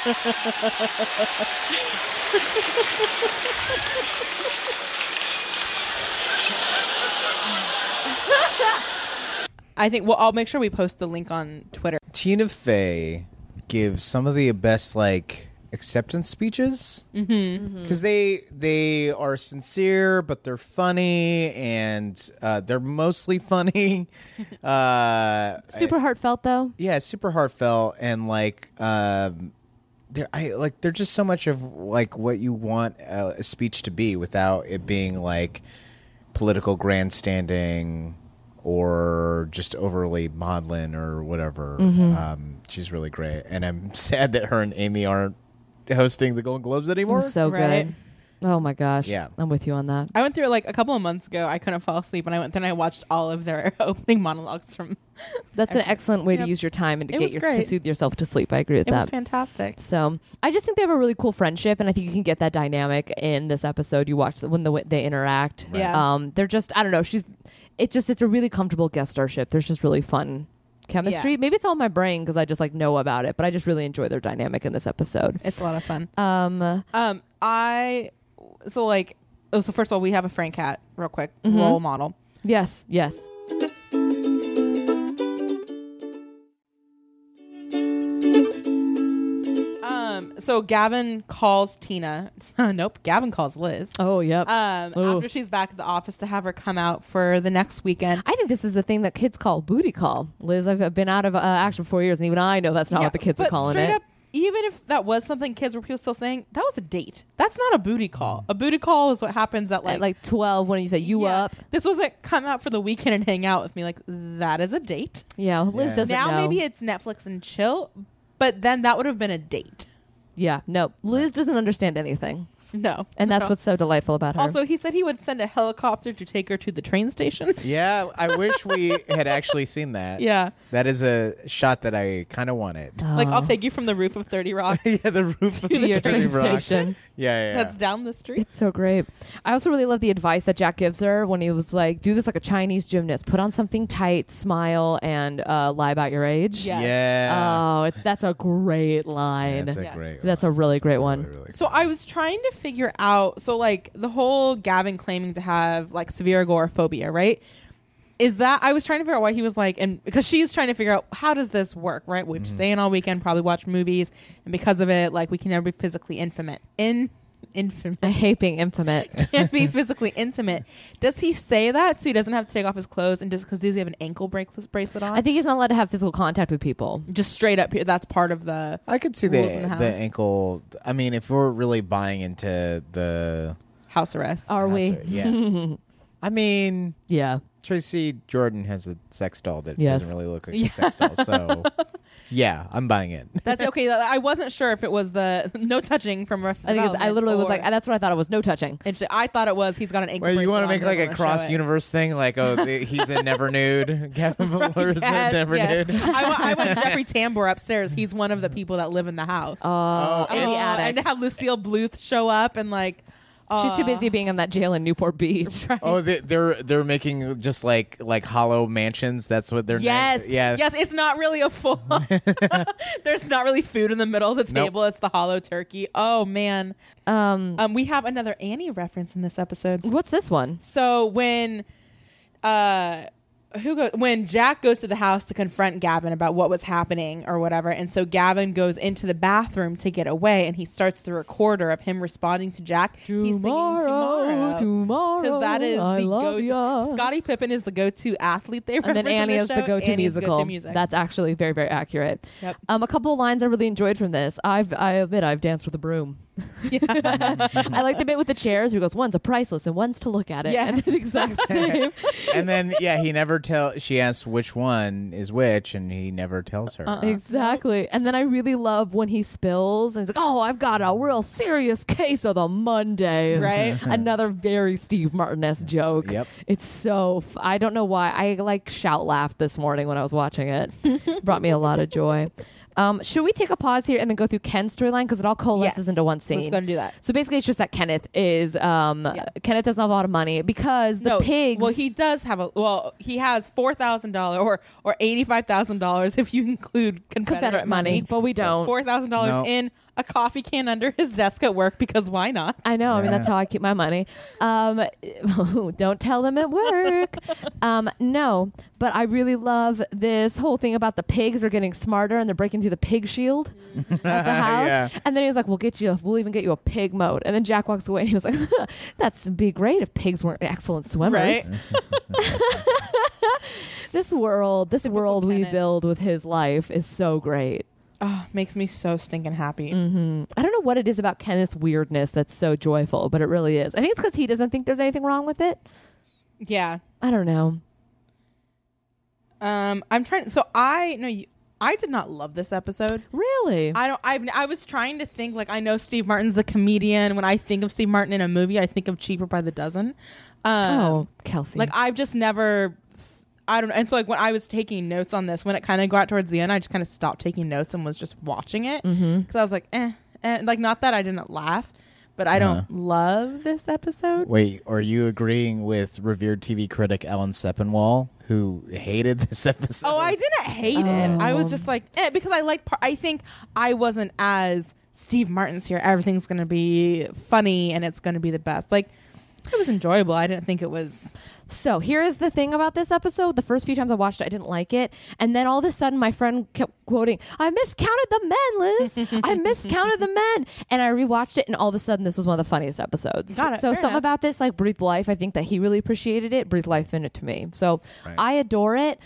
[SPEAKER 4] I think. Well, I'll make sure we post the link on Twitter.
[SPEAKER 2] Tina Fey gives some of the best like acceptance speeches because mm-hmm. they they are sincere but they're funny and uh, they're mostly funny. uh,
[SPEAKER 6] Super heartfelt though.
[SPEAKER 2] yeah, super heartfelt and like um, they're I like they're just so much of like what you want uh, a, a speech to be without it being like political grandstanding or just overly maudlin or whatever.
[SPEAKER 6] Mm-hmm.
[SPEAKER 2] Um, she's really great, and I'm sad that her and Amy aren't hosting the Golden Globes anymore.
[SPEAKER 6] So
[SPEAKER 4] Right.
[SPEAKER 6] good. Oh my gosh.
[SPEAKER 2] Yeah.
[SPEAKER 6] I'm with you on that.
[SPEAKER 4] I went through it like a couple of months ago. I couldn't fall asleep, and I went then I watched all of their opening monologues from.
[SPEAKER 6] That's an excellent way to use your time and to
[SPEAKER 4] It
[SPEAKER 6] get
[SPEAKER 4] was
[SPEAKER 6] your, to
[SPEAKER 4] great.
[SPEAKER 6] soothe yourself to sleep. I agree with
[SPEAKER 4] It was
[SPEAKER 6] that.
[SPEAKER 4] fantastic.
[SPEAKER 6] So I just think they have a really cool friendship, and I think you can get that dynamic in this episode. You watch the, when the they interact.
[SPEAKER 4] Yeah.
[SPEAKER 6] Um, they're just I don't know. She's it just it's a really comfortable guest starship. There's just really fun chemistry.
[SPEAKER 4] Yeah.
[SPEAKER 6] Maybe it's all in my brain because I just like know about it, but I just really enjoy their dynamic in this episode.
[SPEAKER 4] It's a lot of fun.
[SPEAKER 6] Um,
[SPEAKER 4] Um, I so like oh so first of all we have a Frank Cat real quick role model.
[SPEAKER 6] yes, yes.
[SPEAKER 4] Um, so Gavin calls Tina. nope, Gavin calls Liz.
[SPEAKER 6] Oh, yep.
[SPEAKER 4] Um,
[SPEAKER 6] Ooh.
[SPEAKER 4] after she's back at the office to have her come out for the next weekend.
[SPEAKER 6] I think this is the thing that kids call booty call. Liz, I've been out of uh, action for four years, and even I know that's not what the kids are
[SPEAKER 4] But
[SPEAKER 6] calling
[SPEAKER 4] straight
[SPEAKER 6] it.
[SPEAKER 4] up, even if that was something kids were still saying, that was a date. That's not a booty call. A booty call is what happens at like
[SPEAKER 6] At like 12, when you say, you
[SPEAKER 4] Yeah.
[SPEAKER 6] up.
[SPEAKER 4] This wasn't come out for the weekend and hang out with me. Like that is a date.
[SPEAKER 6] Yeah, Liz
[SPEAKER 2] Yeah.
[SPEAKER 6] doesn't
[SPEAKER 4] now
[SPEAKER 6] know.
[SPEAKER 4] maybe it's Netflix and chill, but then that would have been a date.
[SPEAKER 6] yeah, no. Liz doesn't understand anything.
[SPEAKER 4] No,
[SPEAKER 6] And that's
[SPEAKER 4] No.
[SPEAKER 6] what's so delightful about her.
[SPEAKER 4] Also, he said he would send a helicopter to take her to the train station.
[SPEAKER 2] Yeah, I wish we had actually seen that.
[SPEAKER 4] Yeah.
[SPEAKER 2] that is a shot that I kind of wanted.
[SPEAKER 4] like,
[SPEAKER 6] Uh-huh.
[SPEAKER 4] I'll take you from the roof of 30 Rock
[SPEAKER 2] yeah, the roof of
[SPEAKER 6] To
[SPEAKER 2] the
[SPEAKER 6] your
[SPEAKER 2] train
[SPEAKER 6] train
[SPEAKER 2] rock.
[SPEAKER 6] station.
[SPEAKER 2] Yeah, yeah, yeah.
[SPEAKER 4] that's down the street.
[SPEAKER 6] It's so great. I also really love the advice that Jack gives her when he was like, do this like a Chinese gymnast. Put on something tight, smile, and uh, lie about your age.
[SPEAKER 4] Yeah.
[SPEAKER 2] yeah.
[SPEAKER 6] Oh, it's, that's a great line.
[SPEAKER 2] That's a
[SPEAKER 4] Yes.
[SPEAKER 2] great.
[SPEAKER 6] That's
[SPEAKER 2] one.
[SPEAKER 6] a really great one.
[SPEAKER 2] Really, really
[SPEAKER 4] So I was trying to figure out. So like the whole Gavin claiming to have like severe agoraphobia, right? Is that I was trying to figure out why he was like, and because she's trying to figure out how does this work, right?
[SPEAKER 6] Mm-hmm.
[SPEAKER 4] We're staying all weekend, probably watch movies, and because of it, like we can never be physically intimate. In infant
[SPEAKER 6] I hate being infamous.
[SPEAKER 4] can't be physically intimate. Does he say that so he doesn't have to take off his clothes and just because does he have an ankle break- bracelet on?
[SPEAKER 6] I think he's not allowed to have physical contact with people.
[SPEAKER 4] just straight up here. That's part of the.
[SPEAKER 2] I could see the,
[SPEAKER 4] rules in
[SPEAKER 2] the,
[SPEAKER 4] the house.
[SPEAKER 2] ankle. I mean, if we're really buying into the.
[SPEAKER 4] house arrest.
[SPEAKER 6] Are we?
[SPEAKER 2] Yeah. I mean,
[SPEAKER 6] Yeah.
[SPEAKER 2] Tracy Jordan has a sex doll that
[SPEAKER 6] Yes.
[SPEAKER 2] doesn't really look like a sex doll. So, yeah, I'm buying it.
[SPEAKER 4] That's okay. I wasn't sure if it was the no touching from Arrested
[SPEAKER 6] I think it's, I
[SPEAKER 4] Development
[SPEAKER 6] literally was
[SPEAKER 4] or-
[SPEAKER 6] like, that's what I thought it was. No touching.
[SPEAKER 4] Interesting. I thought it was he's got an ankle.
[SPEAKER 2] Well, you
[SPEAKER 4] want to
[SPEAKER 2] make like a cross universe thing, like oh, the, he's in Never Nude, Kevin Butler is in Never Nude.
[SPEAKER 4] I, want, I want Jeffrey Tambor upstairs. He's one of the people that live in the house.
[SPEAKER 6] Uh,
[SPEAKER 4] Oh,
[SPEAKER 6] in the attic.
[SPEAKER 4] and to have Lucille Bluth show up and like,
[SPEAKER 6] She's too busy being in that jail in Newport Beach.
[SPEAKER 2] Oh, they, they're they're making just like like hollow mansions. That's what they're
[SPEAKER 4] oh, yes,
[SPEAKER 2] named- yeah
[SPEAKER 4] yes. It's not really a full. There's not really food in the middle of the
[SPEAKER 2] Nope.
[SPEAKER 4] table. It's the hollow turkey. Oh man, um, we have another Annie reference in this episode.
[SPEAKER 6] What's this one?
[SPEAKER 4] So when uh who goes when Jack goes to the house to confront Gavin about what was happening or whatever, and so Gavin goes into the bathroom to get away and he starts the recorder of him responding to Jack. He's singing tomorrow.
[SPEAKER 6] tomorrow.
[SPEAKER 4] Because that is
[SPEAKER 6] I
[SPEAKER 4] the
[SPEAKER 6] love
[SPEAKER 4] go
[SPEAKER 6] ya.
[SPEAKER 4] Scottie Pippen is the go to athlete they
[SPEAKER 6] and then
[SPEAKER 4] reference in
[SPEAKER 6] Annie
[SPEAKER 4] the
[SPEAKER 6] is the
[SPEAKER 4] show.
[SPEAKER 6] go
[SPEAKER 4] Annie's
[SPEAKER 6] to musical.
[SPEAKER 4] go-to music.
[SPEAKER 6] That's actually very, very accurate.
[SPEAKER 4] Yep.
[SPEAKER 6] Um, a couple of lines I really enjoyed from this. I've, I admit I've danced with a broom. I like the bit with the chairs. Where he goes, one's a priceless and one's to look at it. And
[SPEAKER 4] Yes.
[SPEAKER 6] it's the exact same.
[SPEAKER 2] and then yeah he never tell she asks which one is which and he never tells her
[SPEAKER 6] Uh-uh. exactly. And then I really love when he spills and he's like, oh, I've got a real serious case of the Monday.
[SPEAKER 4] Right.
[SPEAKER 6] Another very Steve Martin-esque joke.
[SPEAKER 2] Yep.
[SPEAKER 6] It's so, f- I don't know why. I like shout laughed this morning when I was watching it. Brought me a lot of joy. Um, should we take a pause here and then go through Ken's storyline? Because it all coalesces
[SPEAKER 4] Yes.
[SPEAKER 6] into one
[SPEAKER 4] Let's
[SPEAKER 6] scene.
[SPEAKER 4] go and do that.
[SPEAKER 6] So basically, it's just that Kenneth is, um, Kenneth doesn't have a lot of money because the
[SPEAKER 4] no,
[SPEAKER 6] pigs.
[SPEAKER 4] Well, he does have a well. He has four thousand dollars or or eighty five thousand dollars if you include Confederate,
[SPEAKER 6] Confederate money, but we don't.
[SPEAKER 4] Four thousand
[SPEAKER 2] No.
[SPEAKER 4] dollars in a coffee can under his desk at work because why not?
[SPEAKER 6] I know. I mean, that's how I keep my money. Um, don't tell them at work. um, no, but I really love this whole thing about the pigs are getting smarter and they're breaking through the pig shield at the house.
[SPEAKER 2] Yeah.
[SPEAKER 6] And then he was like, "We'll get you. A, we'll even get you a pig moat." And then Jack walks away and he was like, "That's be great if pigs weren't excellent swimmers."
[SPEAKER 4] Right?
[SPEAKER 6] This world, this world we
[SPEAKER 4] Kenneth.
[SPEAKER 6] build with his life is so great.
[SPEAKER 4] oh, makes me so stinking happy.
[SPEAKER 6] Mm-hmm. I don't know what it is about Kenneth's weirdness that's so joyful, but it really is. I think it's because he doesn't think there's anything wrong with it.
[SPEAKER 4] Yeah.
[SPEAKER 6] I don't know.
[SPEAKER 4] Um, I'm trying. So I no, you, I did not love this episode.
[SPEAKER 6] Really?
[SPEAKER 4] I don't. I've. I was trying to think. Like I know Steve Martin's a comedian. When I think of Steve Martin in a movie, I think of Cheaper by the Dozen. Um,
[SPEAKER 6] Oh, Kelsey.
[SPEAKER 4] Like I've just never I don't know. And so like when I was taking notes on this, when it kind of got towards the end, I just kind of stopped taking notes and was just watching it because
[SPEAKER 6] Mm-hmm.
[SPEAKER 4] I was like, eh, eh, like not that I didn't laugh, but I
[SPEAKER 6] Uh-huh.
[SPEAKER 4] don't love this episode.
[SPEAKER 2] wait are you agreeing with revered tv critic Ellen Sepinwall who hated this episode
[SPEAKER 4] Oh, I didn't hate it. I was just
[SPEAKER 6] Oh.
[SPEAKER 4] like, eh, because I like. Par- I think I wasn't as Steve Martin's here. Everything's gonna be funny and it's gonna be the best. Like. It was enjoyable. I didn't think it was.
[SPEAKER 6] so here is the thing about this episode. The first few times I watched it, I didn't like it. And then all of a sudden, my friend kept quoting, I miscounted the men, Liz. I miscounted the men. And I rewatched it, and all of a sudden, this was one of the funniest episodes.
[SPEAKER 4] Got it.
[SPEAKER 6] So,
[SPEAKER 4] Fair
[SPEAKER 6] something
[SPEAKER 4] enough.
[SPEAKER 6] about this, like Breathe Life, I think that he really appreciated it. Breathe Life in it to me. So, I adore it.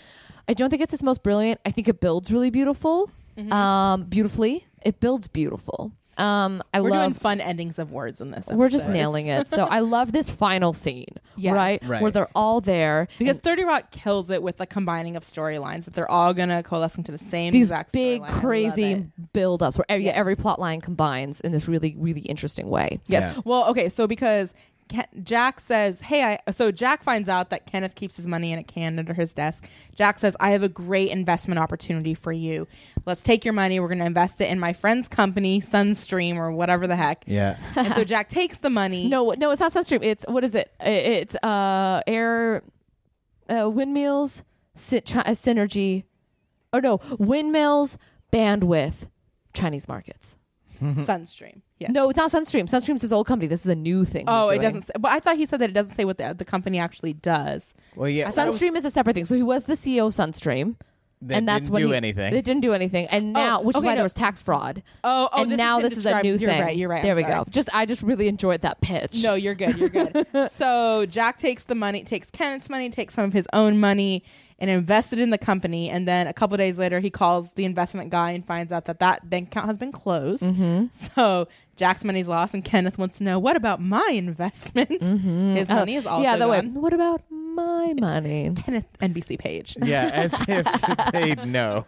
[SPEAKER 6] I don't think it's its most brilliant. I think it builds really beautiful,
[SPEAKER 4] Mm-hmm.
[SPEAKER 6] um, beautifully. It builds beautiful. Um, I
[SPEAKER 4] We're doing
[SPEAKER 6] love
[SPEAKER 4] fun endings of words in this. Episode.
[SPEAKER 6] We're just nailing it. So I love this final scene,
[SPEAKER 4] Yes.
[SPEAKER 6] right?
[SPEAKER 2] Right.
[SPEAKER 6] Where they're all there.
[SPEAKER 4] Because Thirty Rock kills it with the combining of storylines that they're all gonna coalesce into the same
[SPEAKER 6] these
[SPEAKER 4] exact
[SPEAKER 6] big,
[SPEAKER 4] storyline. I love it.
[SPEAKER 6] crazy build-ups where every, every plot line combines in this really, really interesting way.
[SPEAKER 4] Yes.
[SPEAKER 2] Yeah.
[SPEAKER 4] Well, okay. So because Ken- Jack says, "Hey," I so Jack finds out that Kenneth keeps his money in a can under his desk. Jack says, "I have a great investment opportunity for you. Let's take your money. We're gonna invest it in my friend's company, Sunstream, or whatever the heck."
[SPEAKER 2] yeah
[SPEAKER 4] And so Jack takes the money.
[SPEAKER 6] No, no, it's not Sunstream. It's what is it? I- It's uh, air uh, windmills sy- chi- uh, synergy. Oh no, windmills bandwidth Chinese markets.
[SPEAKER 2] Mm-hmm.
[SPEAKER 4] Sunstream. Yeah.
[SPEAKER 6] No, it's not Sunstream. Sunstream's his old company. This is a new thing. he's
[SPEAKER 4] Oh, it
[SPEAKER 6] doing.
[SPEAKER 4] doesn't. Say, but I thought he said that it doesn't say what the, the company actually does.
[SPEAKER 2] well yeah
[SPEAKER 6] E Sunstream is a separate thing. So he was the CEO of Sunstream.
[SPEAKER 2] That
[SPEAKER 6] and that's
[SPEAKER 2] didn't
[SPEAKER 6] when
[SPEAKER 2] do
[SPEAKER 6] he-
[SPEAKER 2] anything.
[SPEAKER 6] It didn't do anything, and now, which is
[SPEAKER 4] Oh, okay,
[SPEAKER 6] why
[SPEAKER 4] no.
[SPEAKER 6] there was tax fraud.
[SPEAKER 4] Oh, oh,
[SPEAKER 6] and
[SPEAKER 4] this
[SPEAKER 6] now
[SPEAKER 4] has been
[SPEAKER 6] this is a
[SPEAKER 4] described-
[SPEAKER 6] new
[SPEAKER 4] you're
[SPEAKER 6] thing.
[SPEAKER 4] right, you're right,
[SPEAKER 6] There
[SPEAKER 4] I'm
[SPEAKER 6] we
[SPEAKER 4] sorry.
[SPEAKER 6] go. Just I just really enjoyed that pitch.
[SPEAKER 4] No, you're good. You're good. so Jack takes the money, takes Kenneth's money, takes some of his own money, and invested in the company. And then a couple days later, he calls the investment guy and finds out that that bank account has been closed.
[SPEAKER 6] Mm-hmm.
[SPEAKER 4] So Jack's money's lost, and Kenneth wants to know what about my investment? His money is also
[SPEAKER 6] Mm-hmm. Oh, yeah. The way.
[SPEAKER 4] gone.
[SPEAKER 6] What about my money?
[SPEAKER 4] Kenneth NBC page.
[SPEAKER 2] yeah, as if they know.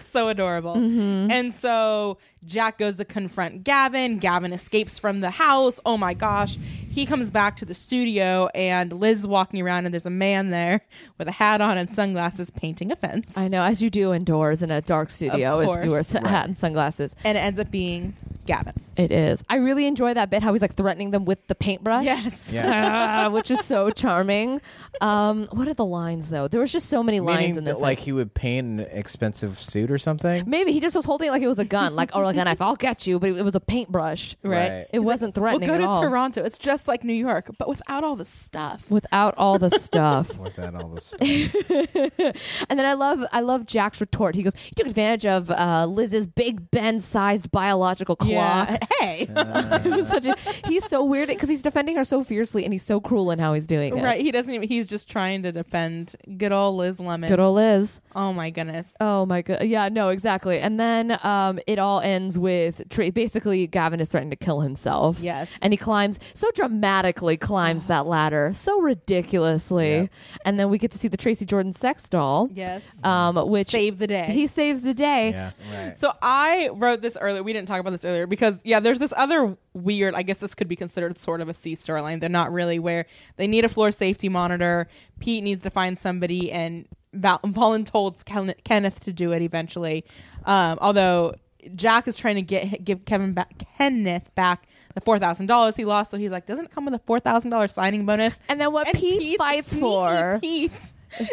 [SPEAKER 4] so adorable.
[SPEAKER 6] Mm-hmm.
[SPEAKER 4] And so Jack goes to confront Gavin. Gavin escapes from the house. Oh my gosh. He comes back to the studio and Liz is walking around and there's a man there with a hat on and sunglasses painting a fence.
[SPEAKER 6] I know, as you do indoors in a dark studio,
[SPEAKER 4] course.
[SPEAKER 6] is you wear a hat and sunglasses.
[SPEAKER 4] and it ends up being Gavin.
[SPEAKER 6] It is. I really enjoy that bit how he's like threatening them with the paintbrush.
[SPEAKER 4] Yes.
[SPEAKER 2] Yeah.
[SPEAKER 6] Ah, which is so charming. Um, what are the lines though? There was just so many lines
[SPEAKER 2] Meaning
[SPEAKER 6] in this.
[SPEAKER 2] that, like he would paint an expensive suit or something.
[SPEAKER 6] maybe he just was holding it like it was a gun, like or like a knife. I'll get you, but it was a paintbrush.
[SPEAKER 4] Right.
[SPEAKER 2] Right.
[SPEAKER 6] It wasn't
[SPEAKER 4] We'll
[SPEAKER 6] threatening
[SPEAKER 4] go
[SPEAKER 6] at
[SPEAKER 4] to
[SPEAKER 6] all.
[SPEAKER 4] Toronto. It's just like New York, but without all the stuff.
[SPEAKER 6] Without all the stuff.
[SPEAKER 2] With that, all this stuff.
[SPEAKER 6] And then I love I love Jack's retort. He goes, "You took advantage of uh, Liz's Big Ben sized biological clock."
[SPEAKER 4] Yeah. Hey.
[SPEAKER 6] It was such a, he's so weird because he's defending her so fiercely, and he's so cruel in how he's doing it.
[SPEAKER 4] Right, he doesn't even. He's just trying to defend good old Liz Lemon.
[SPEAKER 6] Good old Liz.
[SPEAKER 4] oh my goodness!
[SPEAKER 6] Oh my god. Yeah, no, exactly. And then um, it all ends with tra- basically Gavin is threatening to kill himself.
[SPEAKER 4] Yes.
[SPEAKER 6] And he climbs so dramatically climbs that ladder so ridiculously. And then we get to see the Tracy Jordan sex doll.
[SPEAKER 4] Yes,
[SPEAKER 6] Um, which
[SPEAKER 4] save the day.
[SPEAKER 6] he saves the day.
[SPEAKER 2] Yeah. Right.
[SPEAKER 4] So I wrote this earlier. We didn't talk about this earlier because yeah, there's this other weird. I guess this could be considered sort of a C storyline. They're not really where they need a floor safety monitor. Pete needs to find somebody, and Val- Valen told Ken- Kenneth to do it eventually. Um, although Jack is trying to get give Kevin back Kenneth back the four thousand dollars he lost. So he's like, doesn't it come with a four thousand dollars signing bonus?
[SPEAKER 6] And then what Pete fights for-
[SPEAKER 4] Pete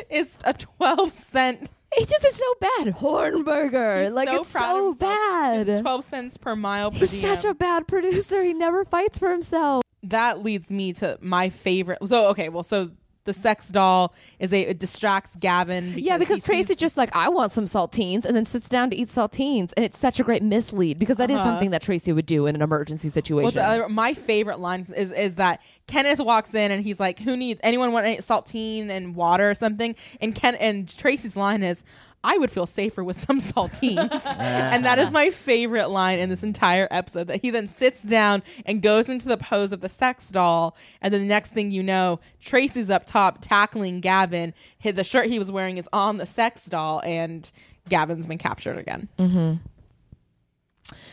[SPEAKER 4] is a twelve cent
[SPEAKER 6] He just is so bad. Hornberger.
[SPEAKER 4] He's
[SPEAKER 6] like
[SPEAKER 4] so
[SPEAKER 6] it's
[SPEAKER 4] proud
[SPEAKER 6] so
[SPEAKER 4] of himself.
[SPEAKER 6] bad.
[SPEAKER 4] 12 cents per mile per
[SPEAKER 6] He's
[SPEAKER 4] diem.
[SPEAKER 6] such a bad producer. He never fights for himself.
[SPEAKER 4] that leads me to my favorite so okay well so the sex doll is a it distracts gavin because
[SPEAKER 6] Yeah, because
[SPEAKER 4] he
[SPEAKER 6] Trace
[SPEAKER 4] sees-
[SPEAKER 6] is just like, I want some saltines, and then sits down to eat saltines, and it's such a great mislead because that is something that Tracy would do in an emergency situation.
[SPEAKER 4] Uh-huh. What's the other, my favorite line is is that Kenneth walks in and he's like, "Who needs anyone want any saltine and water or something?" And Ken and Tracy's line is, "I would feel safer with some saltines," and that is my favorite line in this entire episode. That he then sits down and goes into the pose of the sex doll, and then the next thing you know, Tracy's up top tackling Gavin. Hit the shirt he was wearing is on the sex doll, and Gavin's been captured again.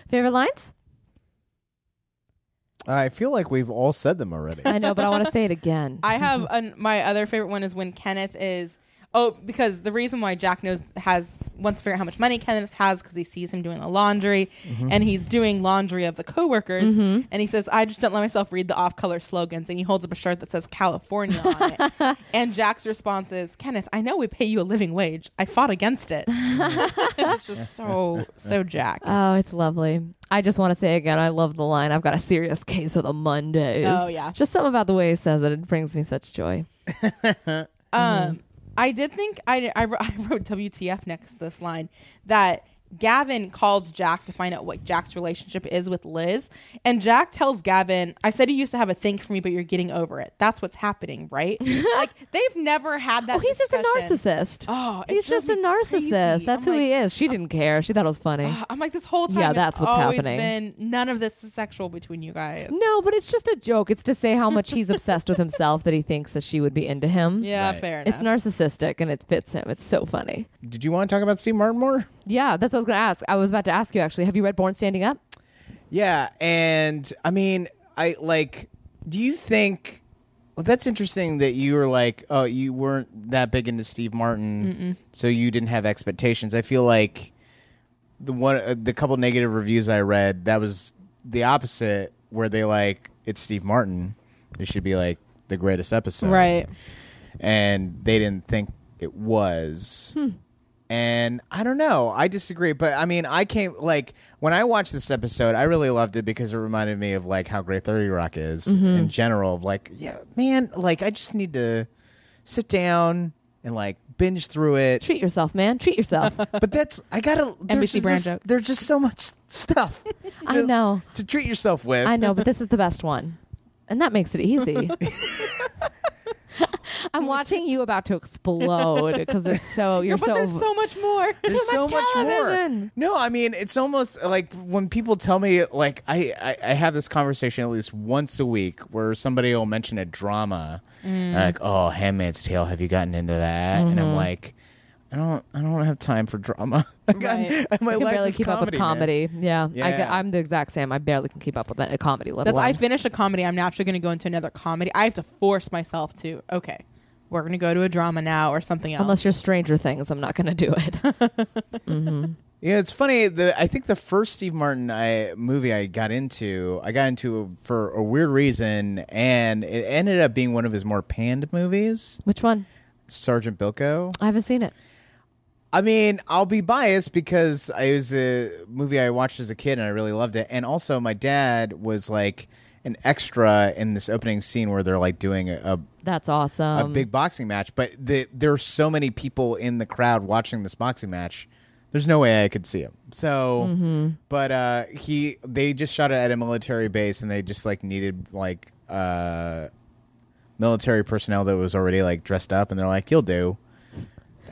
[SPEAKER 6] Favorite lines?
[SPEAKER 2] I feel like we've all said them already.
[SPEAKER 6] I know, but I want to say it again.
[SPEAKER 4] I have an, my other favorite one is when Kenneth is oh because the reason why Jack knows has wants to figure out how much money Kenneth has because he sees him doing the laundry and he's doing laundry of the coworkers and he says I just don't let myself read the off color slogans and he holds up a shirt that says California on it and Jack's response is Kenneth I know we pay you a living wage I fought against it it's just so so Jack
[SPEAKER 6] Oh, it's lovely. I just want to say again, I love the line. I've got a serious case of the Mondays.
[SPEAKER 4] Oh, yeah.
[SPEAKER 6] Just something about the way he says it. It brings me such joy.
[SPEAKER 4] Um, I did think I, I wr- I wrote WTF next to this line that Gavin calls Jack to find out what Jack's relationship is with Liz, and Jack tells Gavin, "I said you used to have a thing for me, but you're getting over it. That's what's happening, right? like they've never had that.
[SPEAKER 6] Oh, he's just a
[SPEAKER 4] discussion.
[SPEAKER 6] narcissist.
[SPEAKER 4] Oh, it
[SPEAKER 6] he's
[SPEAKER 4] drove
[SPEAKER 6] just a
[SPEAKER 4] me
[SPEAKER 6] narcissist.
[SPEAKER 4] crazy. Oh Uh,
[SPEAKER 6] That's
[SPEAKER 4] I'm
[SPEAKER 6] who he
[SPEAKER 4] like,
[SPEAKER 6] is. She didn't care. She thought it was funny.
[SPEAKER 4] I'm like this whole time.
[SPEAKER 6] Yeah,
[SPEAKER 4] it's
[SPEAKER 6] that's what's
[SPEAKER 4] always
[SPEAKER 6] happening.
[SPEAKER 4] Been, none of this is sexual between you guys.
[SPEAKER 6] no, but it's just a joke. It's to say how much he's obsessed with himself that he thinks that she would be into him.
[SPEAKER 4] Yeah,
[SPEAKER 2] Right.
[SPEAKER 4] fair enough.
[SPEAKER 6] It's narcissistic and it fits him. It's so funny.
[SPEAKER 2] Did you want to talk about Steve Martin more?
[SPEAKER 6] Yeah, that's what I was going to ask. I was about to ask you actually. Have you read Born Standing Up?
[SPEAKER 2] Yeah, and I mean, I like. Do you think? Well, that's interesting that you were like, oh, you weren't that big into Steve Martin, so you didn't have expectations. I feel like the one, uh, the couple negative reviews I read, that was the opposite, where they like, it's Steve Martin, it should be like the greatest episode,
[SPEAKER 4] Right.
[SPEAKER 2] and they didn't think it was.
[SPEAKER 6] Hmm.
[SPEAKER 2] And I don't know. I disagree, but I mean, I came like when I watched this episode, I really loved it because it reminded me of like how great Thirty Rock
[SPEAKER 6] Mm-hmm.
[SPEAKER 2] is in general. Of like, yeah, man, like I just need to sit down and like binge through it.
[SPEAKER 6] Treat yourself, man. Treat yourself.
[SPEAKER 2] But that's I gotta. there's
[SPEAKER 4] NBC brand
[SPEAKER 2] just,
[SPEAKER 4] joke.
[SPEAKER 2] There's just so much stuff.
[SPEAKER 6] I
[SPEAKER 2] to-
[SPEAKER 6] know.
[SPEAKER 2] to treat yourself with.
[SPEAKER 6] I know, but this is the best one. And that makes it easy. I'm watching you about to explode because it's so you're
[SPEAKER 4] but
[SPEAKER 6] so,
[SPEAKER 4] there's so much more.
[SPEAKER 2] There's
[SPEAKER 6] much television.
[SPEAKER 2] No, I mean it's almost like when people tell me like I, I I have this conversation at least once a week where somebody will mention a drama
[SPEAKER 6] Mm.
[SPEAKER 2] like oh Handmaid's Tale have you gotten into that and
[SPEAKER 6] Mm-hmm.
[SPEAKER 2] I'm like I don't I don't have time for drama
[SPEAKER 4] Right.
[SPEAKER 2] my
[SPEAKER 6] I can
[SPEAKER 2] life
[SPEAKER 6] barely
[SPEAKER 2] is
[SPEAKER 6] keep up with
[SPEAKER 2] man.
[SPEAKER 6] comedy. Yeah,
[SPEAKER 2] Yeah.
[SPEAKER 6] I, am the exact same. I barely can keep up with that, a comedy level.
[SPEAKER 4] That's I finish a comedy, I'm naturally going to go into another comedy. I have to force myself to. Okay, we're going to go to a drama now or something else.
[SPEAKER 6] Unless you're Stranger Things, I'm not going to do it.
[SPEAKER 2] Yeah, it's funny. The I think the first Steve Martin I, movie I got into, I got into for a weird reason, and it ended up being one of his more panned movies,
[SPEAKER 6] Which one?
[SPEAKER 2] Sergeant Bilko.
[SPEAKER 6] I haven't seen it.
[SPEAKER 2] I mean, I'll be biased because it was a movie I watched as a kid and I really loved it. And also, my dad was like an extra in this opening scene where they're like doing a,
[SPEAKER 6] That's
[SPEAKER 2] a, a
[SPEAKER 6] awesome.
[SPEAKER 2] big boxing match. But the, there are so many people in the crowd watching this boxing match. There's no way I could see him. So, but uh, he they just shot it at a military base and they just like needed like uh, military personnel that was already like dressed up and they're like, "You'll do."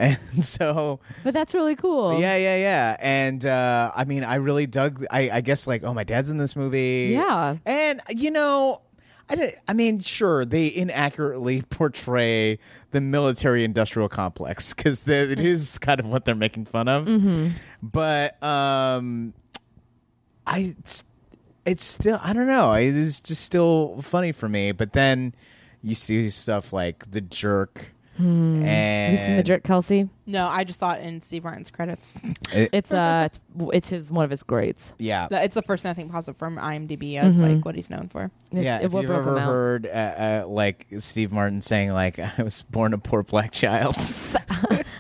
[SPEAKER 2] And so
[SPEAKER 6] but that's really cool.
[SPEAKER 2] yeah, yeah, yeah. And uh, I mean, I really dug. I, I guess like, oh, my dad's in this movie.
[SPEAKER 6] Yeah.
[SPEAKER 2] And you know, I did, I mean, sure, they inaccurately portray the military-industrial complex because it
[SPEAKER 6] Mm-hmm.
[SPEAKER 2] is kind of what they're making fun of. But um, I. It's, it's still I don't know. It is just still funny for me. But then you see stuff like the jerk and
[SPEAKER 6] Have Hmm. you seen The Jerk, Kelsey?
[SPEAKER 4] no, I just saw it in Steve Martin's credits.
[SPEAKER 6] It's uh, it's, it's his one of his greats.
[SPEAKER 2] Yeah,
[SPEAKER 4] It's the first thing I think pops up from IMDb. I was
[SPEAKER 6] Mm-hmm.
[SPEAKER 4] like, what he's known for.
[SPEAKER 6] It-
[SPEAKER 2] Yeah,
[SPEAKER 6] it-
[SPEAKER 2] if
[SPEAKER 6] what
[SPEAKER 2] you've
[SPEAKER 6] broke him
[SPEAKER 2] ever
[SPEAKER 6] out.
[SPEAKER 2] heard uh, uh, like Steve Martin saying like I was born a poor black child,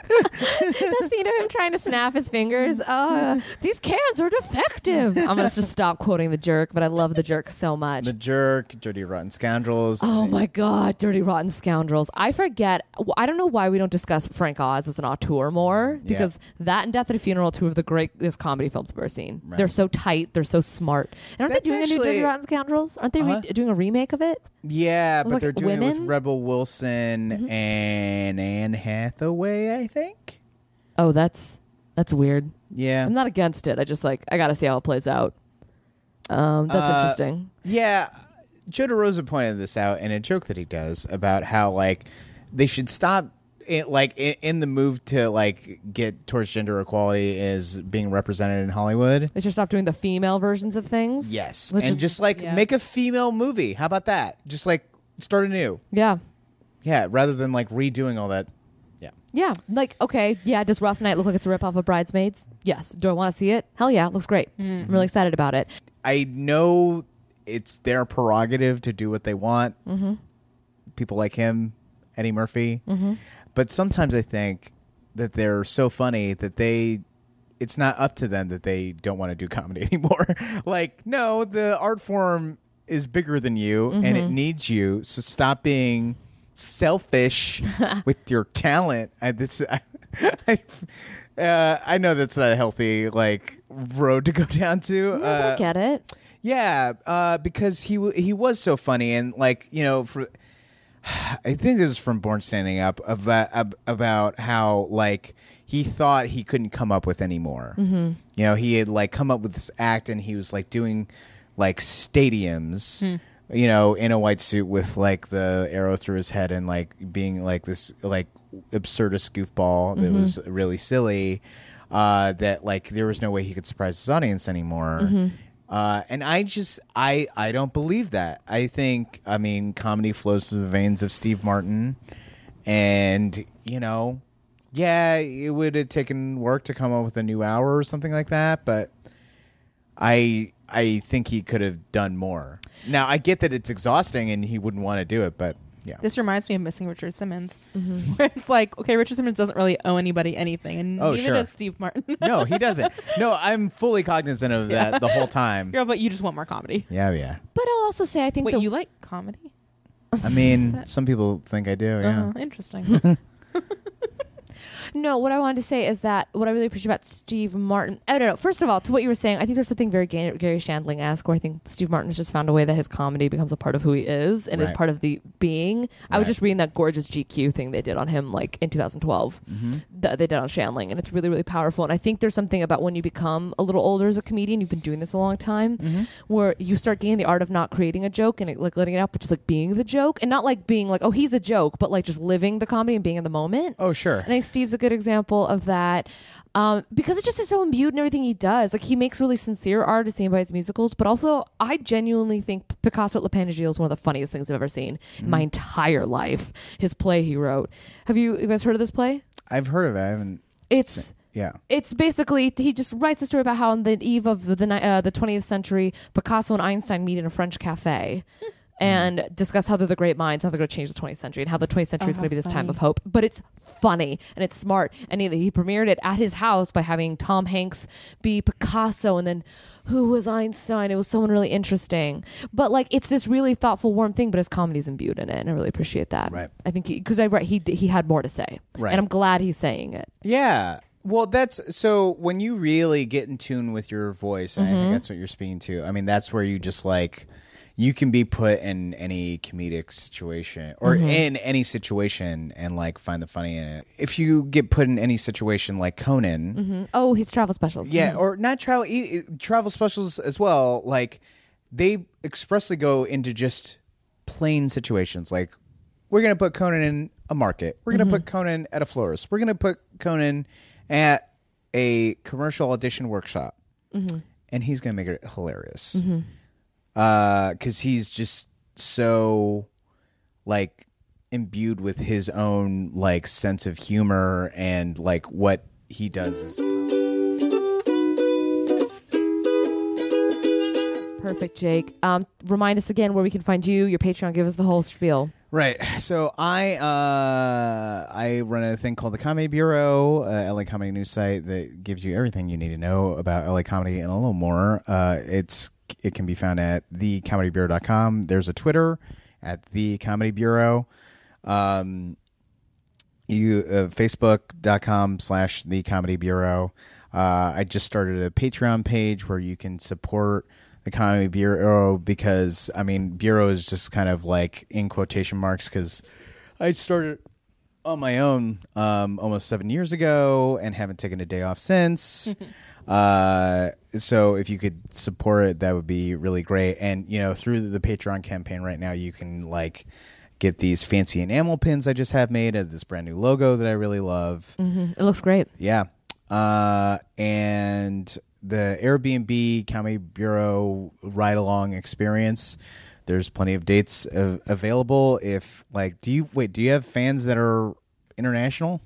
[SPEAKER 6] the scene of him trying to snap his fingers. Uh, these cans are defective. I'm gonna just stop quoting the jerk, but I love the jerk so much.
[SPEAKER 2] the jerk, dirty rotten scoundrels.
[SPEAKER 6] Oh my God, Dirty Rotten Scoundrels. I forget. w- I don't know why we don't discuss Frank Oz as an auteur more because that and Death at a Funeral, two of the greatest comedy films I've ever seen. They're so tight, they're so smart. And aren't
[SPEAKER 2] That's
[SPEAKER 6] they doing a new
[SPEAKER 2] actually- Uh-huh.
[SPEAKER 6] Dirty Rotten Scoundrels? Aren't they re- doing a remake of it?
[SPEAKER 2] yeah, but
[SPEAKER 6] like,
[SPEAKER 2] they're doing it
[SPEAKER 6] women? Mm-hmm.
[SPEAKER 2] with Rebel Wilson and Anne Hathaway, I think.
[SPEAKER 6] Oh, that's that's weird.
[SPEAKER 2] Yeah,
[SPEAKER 6] I'm not against it. I just like, I got to see how it plays out. Um, that's
[SPEAKER 2] Uh,
[SPEAKER 6] interesting.
[SPEAKER 2] yeah. Joe DeRosa pointed this out in a joke that he does about how like they should stop. It, like in, in the move to like get towards gender equality is being represented in Hollywood.
[SPEAKER 6] They should stop doing the female versions of things.
[SPEAKER 2] Yes.
[SPEAKER 6] Which
[SPEAKER 2] and
[SPEAKER 6] is-
[SPEAKER 2] just like
[SPEAKER 4] yeah.
[SPEAKER 2] make a female movie. How about that? Just like start anew.
[SPEAKER 6] Yeah.
[SPEAKER 2] Yeah, rather than like redoing all that. Yeah.
[SPEAKER 6] Yeah. Like, okay, yeah, does Rough Night look like it's a ripoff of Bridesmaids? Yes. Do I want to see it? Hell yeah, it looks great. I'm really excited about it.
[SPEAKER 2] I know it's their prerogative to do what they want. Mm-hmm. People like him, Eddie Murphy. Mm-hmm. But sometimes I think that they're so funny that they. It's not up to them that they don't want to do comedy anymore. like, no, the art form is bigger than you and it needs you. So stop being selfish with your talent. I, this, I, I, uh, I know that's not a healthy like road to go down to.
[SPEAKER 6] I
[SPEAKER 2] uh,
[SPEAKER 6] get it.
[SPEAKER 2] yeah, uh, because he w- he was so funny and like you know for I think this is from Born Standing Up about ab- about how like he thought he couldn't come up with any more. Mm-hmm. You know, he had like come up with this act and he was like doing like stadiums. You know, in a white suit with like the arrow through his head and like being like this like absurdist goofball that was really silly. Uh, that like there was no way he could surprise his audience anymore. Uh, and I just I I don't believe that. I think I mean comedy flows through the veins of Steve Martin, and you know, yeah, it would have taken work to come up with a new hour or something like that. But I I think he could have done more. Now I get that it's exhausting and he wouldn't want to do it, but yeah,
[SPEAKER 4] This reminds me of Missing Richard Simmons,
[SPEAKER 6] Mm-hmm.
[SPEAKER 4] where it's like, okay, Richard Simmons doesn't really owe anybody anything, and
[SPEAKER 2] Oh,
[SPEAKER 4] neither
[SPEAKER 2] sure.
[SPEAKER 4] does Steve Martin.
[SPEAKER 2] no, he doesn't. No, I'm fully cognizant of that the whole time.
[SPEAKER 4] Girl, but you just want more comedy.
[SPEAKER 2] Yeah, yeah.
[SPEAKER 6] But I'll also say I think
[SPEAKER 4] Wait,
[SPEAKER 6] the,
[SPEAKER 4] you like comedy? Uh-huh. Oh,
[SPEAKER 2] I mean, some people think I do. Yeah.
[SPEAKER 4] Uh, interesting.
[SPEAKER 6] No, what I wanted to say is that what I really appreciate about Steve Martin. I don't know. First of all, to what you were saying, I think there's something very Ga- Gary Shandling esque where I think Steve Martin's just found a way that his comedy becomes a part of who he is and is
[SPEAKER 2] Right.
[SPEAKER 6] part of the being. I was
[SPEAKER 2] Right.
[SPEAKER 6] just reading that gorgeous GQ thing they did on him like in 2012
[SPEAKER 2] Mm-hmm.
[SPEAKER 6] that they did on Shandling, and it's really, really powerful. And I think there's something about when you become a little older as a comedian, you've been doing this a long time,
[SPEAKER 2] Mm-hmm.
[SPEAKER 6] where you start gaining the art of not creating a joke and like letting it out, but just like being the joke and not like being like, oh, he's a joke, but like just living the comedy and being in the moment.
[SPEAKER 2] Oh, sure.
[SPEAKER 6] I think Steve's a good example of that. Um, because it just is so imbued in everything he does. Like he makes really sincere art as seen by his musicals, but also I genuinely think Picasso at La Panagio is one of the funniest things I've ever seen in my entire life. His play he wrote. Have you, you guys heard of this play?
[SPEAKER 2] I've heard of it. I haven't.
[SPEAKER 6] It's
[SPEAKER 2] Yeah.
[SPEAKER 6] it's basically he just writes a story about how on the eve of the ni- uh, the 20th century picasso and einstein meet in a french cafe
[SPEAKER 2] Hmm.
[SPEAKER 6] and discuss how they're the great minds how they're going to change the 20th century and how the 20th
[SPEAKER 2] Oh,
[SPEAKER 6] century is going to be this time of hope but it's funny and it's smart and he, he premiered it at his house by having tom hanks be picasso and then who was einstein it was someone really interesting but like it's this really thoughtful warm thing but his comedy's imbued in it and i really appreciate that
[SPEAKER 2] Right.
[SPEAKER 6] i think because i read he, d- he had more to say
[SPEAKER 2] Right.
[SPEAKER 6] and i'm glad he's saying it
[SPEAKER 2] Yeah. Well, that's so when you really get in tune with your voice, and I think that's what you're speaking to. I mean, that's where you just like you can be put in any comedic situation or in any situation and like find the funny in it. If you get put in any situation like Conan,
[SPEAKER 6] oh his travel specials
[SPEAKER 2] yeah, or not travel e- e- travel specials as well. Like they expressly go into just plain situations. Like we're gonna put Conan in a market. We're gonna put Conan at a florist. We're gonna put Conan at a commercial audition workshop, and he's gonna make it hilarious because he's just so like imbued with his own like sense of humor and like what he does is
[SPEAKER 6] Perfect, Jake. Um, remind us again where we can find you, your Patreon. Give us the whole spiel.
[SPEAKER 2] Right. So I uh, I run a thing called the Comedy Bureau, uh, LA comedy news site that gives you everything you need to know about LA comedy and a little more. Uh, it's it can be found at thecomedybureau.com. There's a Twitter at the Comedy Bureau. Um, you uh, facebook.com slash the comedy bureau uh, i just started a patreon page where you can support the comedy bureau because i mean bureau is just kind of like in quotation marks because i started on my own um, almost seven years ago and haven't taken a day off since uh, so if you could support it that would be really great and you know through the patreon campaign right now you can like get these fancy enamel pins I just have made of this brand new logo that I really love.
[SPEAKER 6] It looks great.
[SPEAKER 2] Yeah. Uh, and the Airbnb Comedy Bureau ride along experience. There's plenty of dates av- available. If like, do you wait? Do you have fans that are international?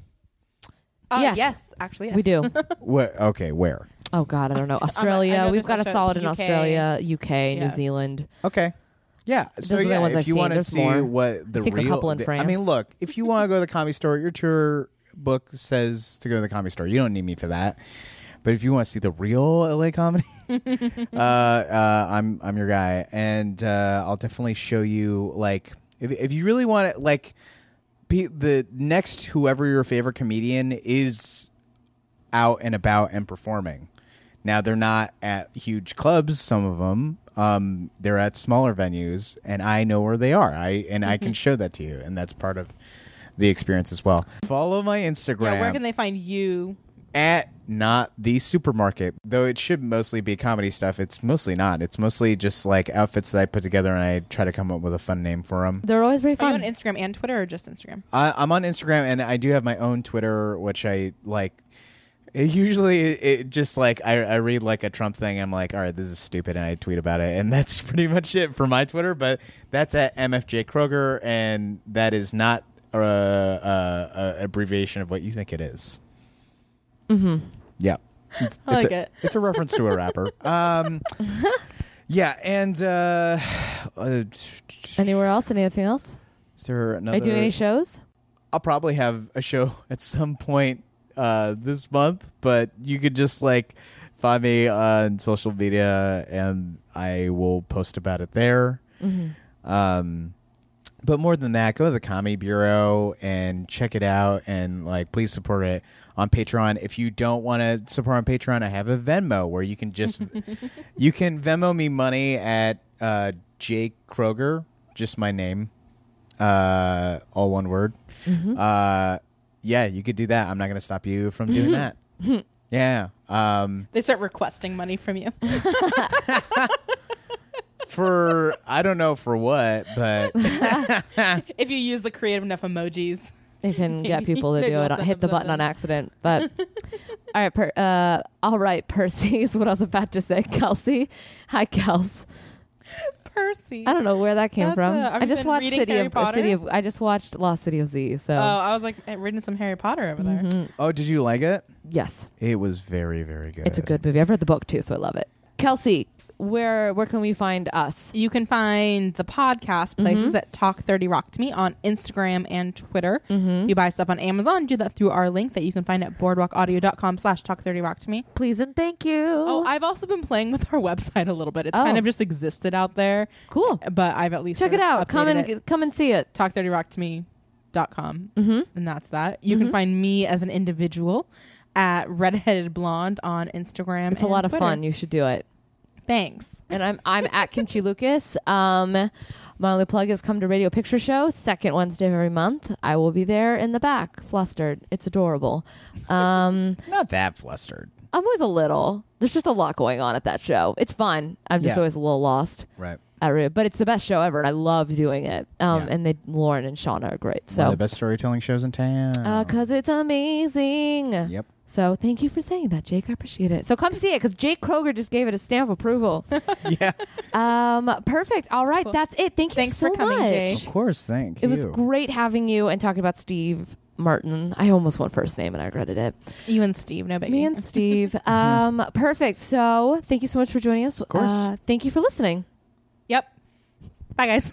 [SPEAKER 4] Uh,
[SPEAKER 6] Yes.
[SPEAKER 4] actually,
[SPEAKER 6] We
[SPEAKER 4] yes.
[SPEAKER 6] do.
[SPEAKER 2] What? Okay, where?
[SPEAKER 6] Oh God, I don't know. Australia.
[SPEAKER 4] know
[SPEAKER 6] We've
[SPEAKER 4] there's
[SPEAKER 6] got a
[SPEAKER 4] also
[SPEAKER 6] solid in
[SPEAKER 4] UK.
[SPEAKER 6] Australia, UK, New
[SPEAKER 4] Yeah.
[SPEAKER 6] Zealand.
[SPEAKER 2] Okay. Yeah. So
[SPEAKER 6] are the
[SPEAKER 2] yeah,
[SPEAKER 6] ones
[SPEAKER 2] if
[SPEAKER 6] I've
[SPEAKER 2] you
[SPEAKER 6] seen.
[SPEAKER 2] want to
[SPEAKER 6] There's
[SPEAKER 2] see
[SPEAKER 6] more.
[SPEAKER 2] what the
[SPEAKER 6] I think a
[SPEAKER 2] real,
[SPEAKER 6] couple in
[SPEAKER 2] the- I
[SPEAKER 6] France.
[SPEAKER 2] mean, look, if you want to go to the comedy store, your tour book says to go to the comedy store. You don't need me for that. But if you want to see the real LA comedy, uh, uh, I'm I'm your guy, and uh, I'll definitely show you. Like, if if you really want to, like, be the next whoever your favorite comedian is out and about and performing. Now they're not at huge clubs. Some of them, um, they're at smaller venues, and I know where they are. I and I can show that to you, and that's part of the experience as well. Follow my Instagram
[SPEAKER 4] Yeah, where can they find you?
[SPEAKER 2] at not the supermarket though it should mostly be comedy stuff it's mostly not it's mostly just like outfits that i put together and i try to come up with a fun name for them
[SPEAKER 6] They're always very
[SPEAKER 4] Are you
[SPEAKER 6] fun.
[SPEAKER 4] on Instagram and Twitter or just Instagram?
[SPEAKER 2] I, i'm on instagram and i do have my own twitter which i like it usually it just like I, I read like a trump thing i'm like all right this is stupid and i tweet about it and that's pretty much it for my twitter but that's at mfj kroger and that is not uh, uh, a abbreviation of what you think it is mm-hmm yeah it's,
[SPEAKER 4] I like
[SPEAKER 2] a,
[SPEAKER 4] it.
[SPEAKER 2] it's a reference to a rapper um yeah and uh, uh
[SPEAKER 6] Anywhere else? Anything else?
[SPEAKER 2] is there another
[SPEAKER 6] Are you doing any shows?
[SPEAKER 2] I'll probably have a show at some point uh, this month, but you could just like find me on social media and I will post about it there. Um, But more than that, go to the Comedy Bureau and check it out, and like please support it on Patreon. If you don't want to support on Patreon, I have a Venmo where you can just you can Venmo me money at uh, Jake Kroger, just my name, uh, all one word. Uh, yeah, you could do that. I'm not going to stop you from doing that. yeah. Um,
[SPEAKER 4] They start requesting money from you.
[SPEAKER 2] for I don't know for what, but
[SPEAKER 4] if you use the creative enough emojis.
[SPEAKER 6] They can get people to
[SPEAKER 4] Maybe
[SPEAKER 6] do
[SPEAKER 4] I'll
[SPEAKER 6] it.
[SPEAKER 4] send
[SPEAKER 6] Hit the
[SPEAKER 4] them
[SPEAKER 6] button on accident. But all right, per, uh, all right, Percy is what I was about to say. Kelsey, hi, Kels.
[SPEAKER 4] Percy.
[SPEAKER 6] I don't know where that came
[SPEAKER 4] That's,
[SPEAKER 6] from.
[SPEAKER 4] uh, I've
[SPEAKER 6] I just
[SPEAKER 4] been
[SPEAKER 6] watched
[SPEAKER 4] reading
[SPEAKER 6] City
[SPEAKER 4] Harry
[SPEAKER 6] of uh,
[SPEAKER 4] Potter.
[SPEAKER 6] City of. I just watched Lost City of Z. So
[SPEAKER 4] Oh, I was like eh, reading some Harry Potter over there.
[SPEAKER 6] Mm-hmm.
[SPEAKER 2] oh, did you like it?
[SPEAKER 6] yes,
[SPEAKER 2] It was very, very good.
[SPEAKER 6] it's a good movie. I've read the book too, so I love it. Kelsey, where where can we find us?
[SPEAKER 4] You can find the
[SPEAKER 6] Mm-hmm.
[SPEAKER 4] podcast places at Talk 30 Rock to Me on Instagram and Twitter.
[SPEAKER 6] Mm-hmm.
[SPEAKER 4] If you buy stuff on Amazon, do that through our link that you can find at boardwalkaudio.com slash Talk 30 Rock to Me.
[SPEAKER 6] Please and thank you.
[SPEAKER 4] Oh, I've also been playing with our website a little bit. It's
[SPEAKER 6] Oh.
[SPEAKER 4] kind of just existed out there.
[SPEAKER 6] Cool.
[SPEAKER 4] But I've at least
[SPEAKER 6] check
[SPEAKER 4] sort
[SPEAKER 6] it
[SPEAKER 4] of
[SPEAKER 6] out. Come
[SPEAKER 4] updated
[SPEAKER 6] and
[SPEAKER 4] it.
[SPEAKER 6] come and see it.
[SPEAKER 4] talk 30 rock to me dot com
[SPEAKER 6] Mm-hmm.
[SPEAKER 4] and that's that you can find me as an individual at redheaded blonde on instagram
[SPEAKER 6] It's a lot of fun. You should do it.
[SPEAKER 4] thanks
[SPEAKER 6] and I'm I'm at Kimchi Lucas. Um, my only plug is come to Radio Picture Show second Wednesday of every month. I will be there in the back, flustered. It's adorable. Um,
[SPEAKER 2] Not that flustered.
[SPEAKER 6] I'm always a little. There's just a lot going on at that show. It's fun. I'm just
[SPEAKER 2] Yeah.
[SPEAKER 6] always a little lost.
[SPEAKER 2] Right.
[SPEAKER 6] At Radio, but it's the best show ever, and I love doing it. Um,
[SPEAKER 2] Yeah.
[SPEAKER 6] and they Lauren and Shauna are great.
[SPEAKER 2] One of
[SPEAKER 6] So
[SPEAKER 2] the best storytelling shows in town.
[SPEAKER 6] because Uh, it's amazing.
[SPEAKER 2] Yep.
[SPEAKER 6] So thank you for saying that, Jake. I appreciate it. So come see it because Jake Kroger just gave it a stamp of approval.
[SPEAKER 2] yeah.
[SPEAKER 6] Um, perfect. All right, that's it. Thank you
[SPEAKER 4] Thanks
[SPEAKER 6] so
[SPEAKER 4] for coming,
[SPEAKER 6] much.
[SPEAKER 4] Jake.
[SPEAKER 2] Of course. Thank
[SPEAKER 6] It
[SPEAKER 2] you.
[SPEAKER 6] was great having you and talking about Steve Martin. I almost went first name and I regretted it.
[SPEAKER 4] you and steve no biggie
[SPEAKER 6] Me and Steve. um, perfect. So thank you so much for joining us. Of
[SPEAKER 2] course.
[SPEAKER 6] Uh, thank you for listening.
[SPEAKER 4] yep bye guys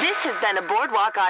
[SPEAKER 1] This has been a Boardwalk